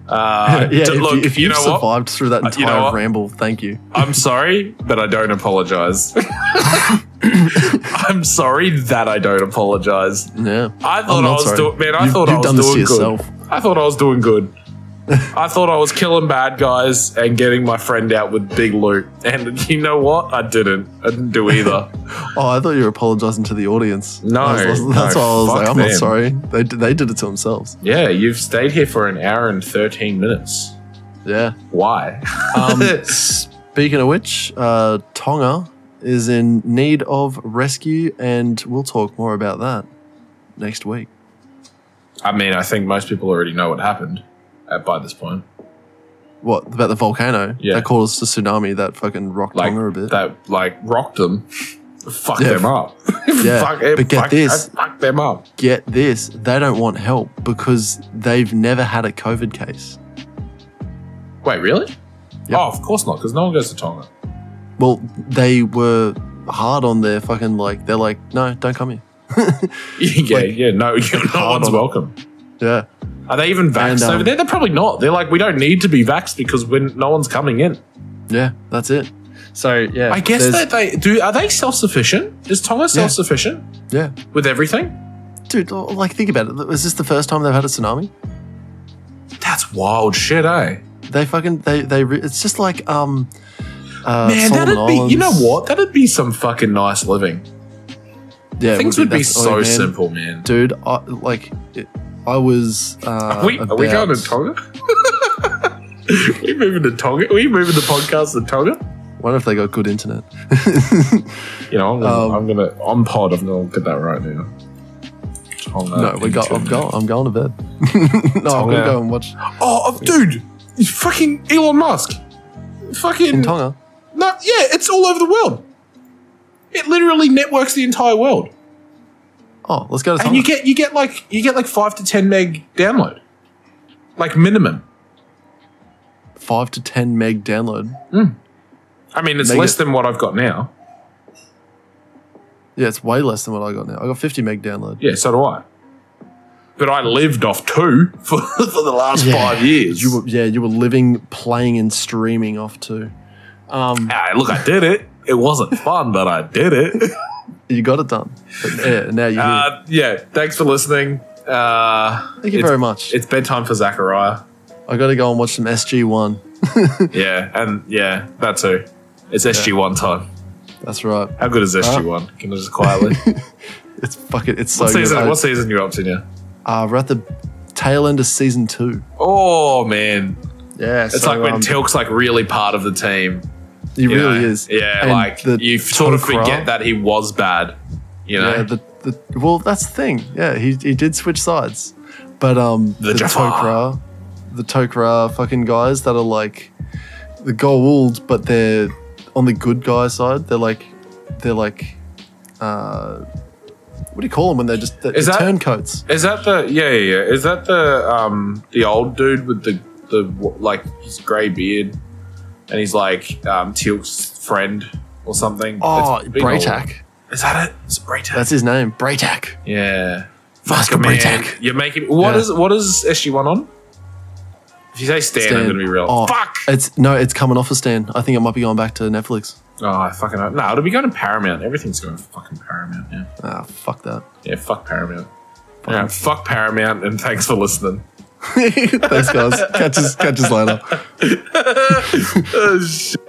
Speaker 3: Uh,
Speaker 1: yeah,
Speaker 3: d-
Speaker 1: if,
Speaker 3: look,
Speaker 1: you, if
Speaker 3: you
Speaker 1: you've
Speaker 3: know
Speaker 1: survived
Speaker 3: what?
Speaker 1: through that
Speaker 3: Uh,
Speaker 1: entire
Speaker 3: you know what?
Speaker 1: ramble, thank you.
Speaker 3: I'm sorry, but I don't apologize. I'm sorry that I don't apologize.
Speaker 1: Yeah.
Speaker 3: I
Speaker 1: I'm
Speaker 3: thought I
Speaker 1: not
Speaker 3: was
Speaker 1: sorry.
Speaker 3: doing man. I
Speaker 1: You've-
Speaker 3: thought
Speaker 1: you've
Speaker 3: I was
Speaker 1: done this to
Speaker 3: doing good.
Speaker 1: yourself.
Speaker 3: I thought I was doing good. I thought I was killing bad guys and getting my friend out with big loot. And you know what? I didn't. I didn't do either.
Speaker 1: Oh, I thought you were apologizing to the audience.
Speaker 3: No,
Speaker 1: That was- that's
Speaker 3: no,
Speaker 1: why I was
Speaker 3: fuck
Speaker 1: like, I'm not
Speaker 3: them.
Speaker 1: sorry. They d- they did it to themselves.
Speaker 3: yeah, you've stayed here for an hour and 13 minutes.
Speaker 1: Yeah.
Speaker 3: Why?
Speaker 1: Um, speaking of which, uh, Tonga is in need of rescue, and we'll talk more about that next week.
Speaker 3: I mean, I think most people already know what happened at, by this point.
Speaker 1: What about the volcano
Speaker 3: Yeah.
Speaker 1: that caused the tsunami that fucking rocked
Speaker 3: Like
Speaker 1: Tonga a bit?
Speaker 3: that, like rocked them, fucked
Speaker 1: Yeah.
Speaker 3: them up.
Speaker 1: Yeah,
Speaker 3: fuck, it,
Speaker 1: but get
Speaker 3: fuck-
Speaker 1: this.
Speaker 3: it fucked them up.
Speaker 1: Get this, they don't want help because they've never had a COVID case.
Speaker 3: Wait, really?
Speaker 1: Yep.
Speaker 3: Oh, of course not, because no one goes to Tonga.
Speaker 1: Well, they were hard on their fucking like. They're like, no, don't come here.
Speaker 3: yeah,
Speaker 1: Like-
Speaker 3: yeah, no, no one's
Speaker 1: on.
Speaker 3: welcome.
Speaker 1: Yeah,
Speaker 3: Are they even vaxxed
Speaker 1: And, um,
Speaker 3: over there? They're probably not. They're like, we don't need to be vaxxed because when no one's coming in.
Speaker 1: yeah, that's it. So yeah,
Speaker 3: I guess
Speaker 1: there's-
Speaker 3: that they do. Are they self sufficient? Is Tonga self sufficient
Speaker 1: Yeah,
Speaker 3: with everything?
Speaker 1: dude, like think about it. Is this the first time they've had a tsunami?
Speaker 3: That's wild shit, eh?
Speaker 1: They fucking they they. Re- it's just like um. Uh,
Speaker 3: Man,
Speaker 1: Solomon
Speaker 3: that'd be. You know
Speaker 1: Islands.
Speaker 3: what? That'd be some fucking nice living.
Speaker 1: Yeah, it
Speaker 3: Things would be
Speaker 1: that's- oh,
Speaker 3: so
Speaker 1: man,
Speaker 3: simple, man.
Speaker 1: dude. I, like, it, I was. Uh,
Speaker 3: Are we, are we
Speaker 1: about-
Speaker 3: going to Tonga? we moving to Tonga? we moving the podcast to Tonga?
Speaker 1: Wonder if they got good internet.
Speaker 3: Uh, You know, I'm gonna,
Speaker 1: Um,
Speaker 3: I'm gonna on pod. I'm gonna look at that right now. Tonga.
Speaker 1: no, we got. I'm
Speaker 3: internet.
Speaker 1: going. I'm going to bed. no, I'm
Speaker 3: Tonga.
Speaker 1: gonna go and watch
Speaker 3: Oh, uh, dude, it's fucking Elon Musk. Fucking
Speaker 1: in Tonga.
Speaker 3: no, yeah, it's all over the world. It literally networks the entire world,
Speaker 1: Oh, let's go to Tonga.
Speaker 3: and you get you get like you get like five to ten meg download, like minimum.
Speaker 1: five to ten meg download.
Speaker 3: I mean, it's
Speaker 1: Mega-
Speaker 3: less than what I've got now.
Speaker 1: Yeah, it's way less than what I got now. I got 50 meg download.
Speaker 3: Yeah, so do I. But I lived off two for, for the last
Speaker 1: Yeah.
Speaker 3: five years.
Speaker 1: You were, yeah, you were living, playing, and streaming off too. Um,
Speaker 3: Ah, look, I did it. It wasn't fun, but I did it.
Speaker 1: you got it done. But yeah, now you. here.
Speaker 3: Uh, yeah, thanks for listening. Uh,
Speaker 1: Thank you
Speaker 3: it's-
Speaker 1: very much.
Speaker 3: It's bedtime for Zachariah.
Speaker 1: I got to go and watch some SG One.
Speaker 3: Yeah, and yeah, that too. It's SG1 time.
Speaker 1: That's right.
Speaker 3: How good is SG1? Can I just quietly?
Speaker 1: It's fucking. It's so
Speaker 3: what,
Speaker 1: good.
Speaker 3: season,
Speaker 1: I-
Speaker 3: what season you up to now?
Speaker 1: Uh, we're at the tail end of season two.
Speaker 3: Oh, man.
Speaker 1: Yeah, um,
Speaker 3: It's like when Tilk's like really part of the team.
Speaker 1: he
Speaker 3: you
Speaker 1: really
Speaker 3: know?
Speaker 1: is.
Speaker 3: Yeah,
Speaker 1: And
Speaker 3: like
Speaker 1: the
Speaker 3: you sort of
Speaker 1: Tok'ra-
Speaker 3: forget that he was bad. You know?
Speaker 1: Yeah, the, the well, that's the thing. Yeah, he, he did switch sides, but um,
Speaker 3: The Jafar.
Speaker 1: Tok'ra, the Tok'ra fucking guys that are like the Goa'uld, but they're on the good guy side. They're like, they're like, uh, what do you call them when they're just they're,
Speaker 3: Is
Speaker 1: they're
Speaker 3: that-
Speaker 1: turncoats?
Speaker 3: Is that the yeah yeah yeah? Is that the um the old dude with the the like his grey beard, and he's like um Tilk's friend or something?
Speaker 1: Oh,
Speaker 3: It's been a-
Speaker 1: Braytak.
Speaker 3: Is that it? It's Braytak.
Speaker 1: That's his name, Braytak.
Speaker 3: yeah.
Speaker 1: Vasco
Speaker 3: Man,
Speaker 1: Braytak.
Speaker 3: You're making what
Speaker 1: Yeah.
Speaker 3: is what is SG one on? If you say Stan, I'm
Speaker 1: Stan.
Speaker 3: gonna be real.
Speaker 1: Oh.
Speaker 3: Fuck.
Speaker 1: It's no, it's coming off a stand. I think it might be going back to Netflix.
Speaker 3: Oh, I fucking no. Nah, it'll be going to Paramount. Everything's going to fucking Paramount now.
Speaker 1: Ah, fuck that.
Speaker 3: Yeah, fuck Paramount. Yeah, fuck Paramount, and thanks for listening.
Speaker 1: Thanks, guys. catch us, catch us later.
Speaker 3: Oh, shit.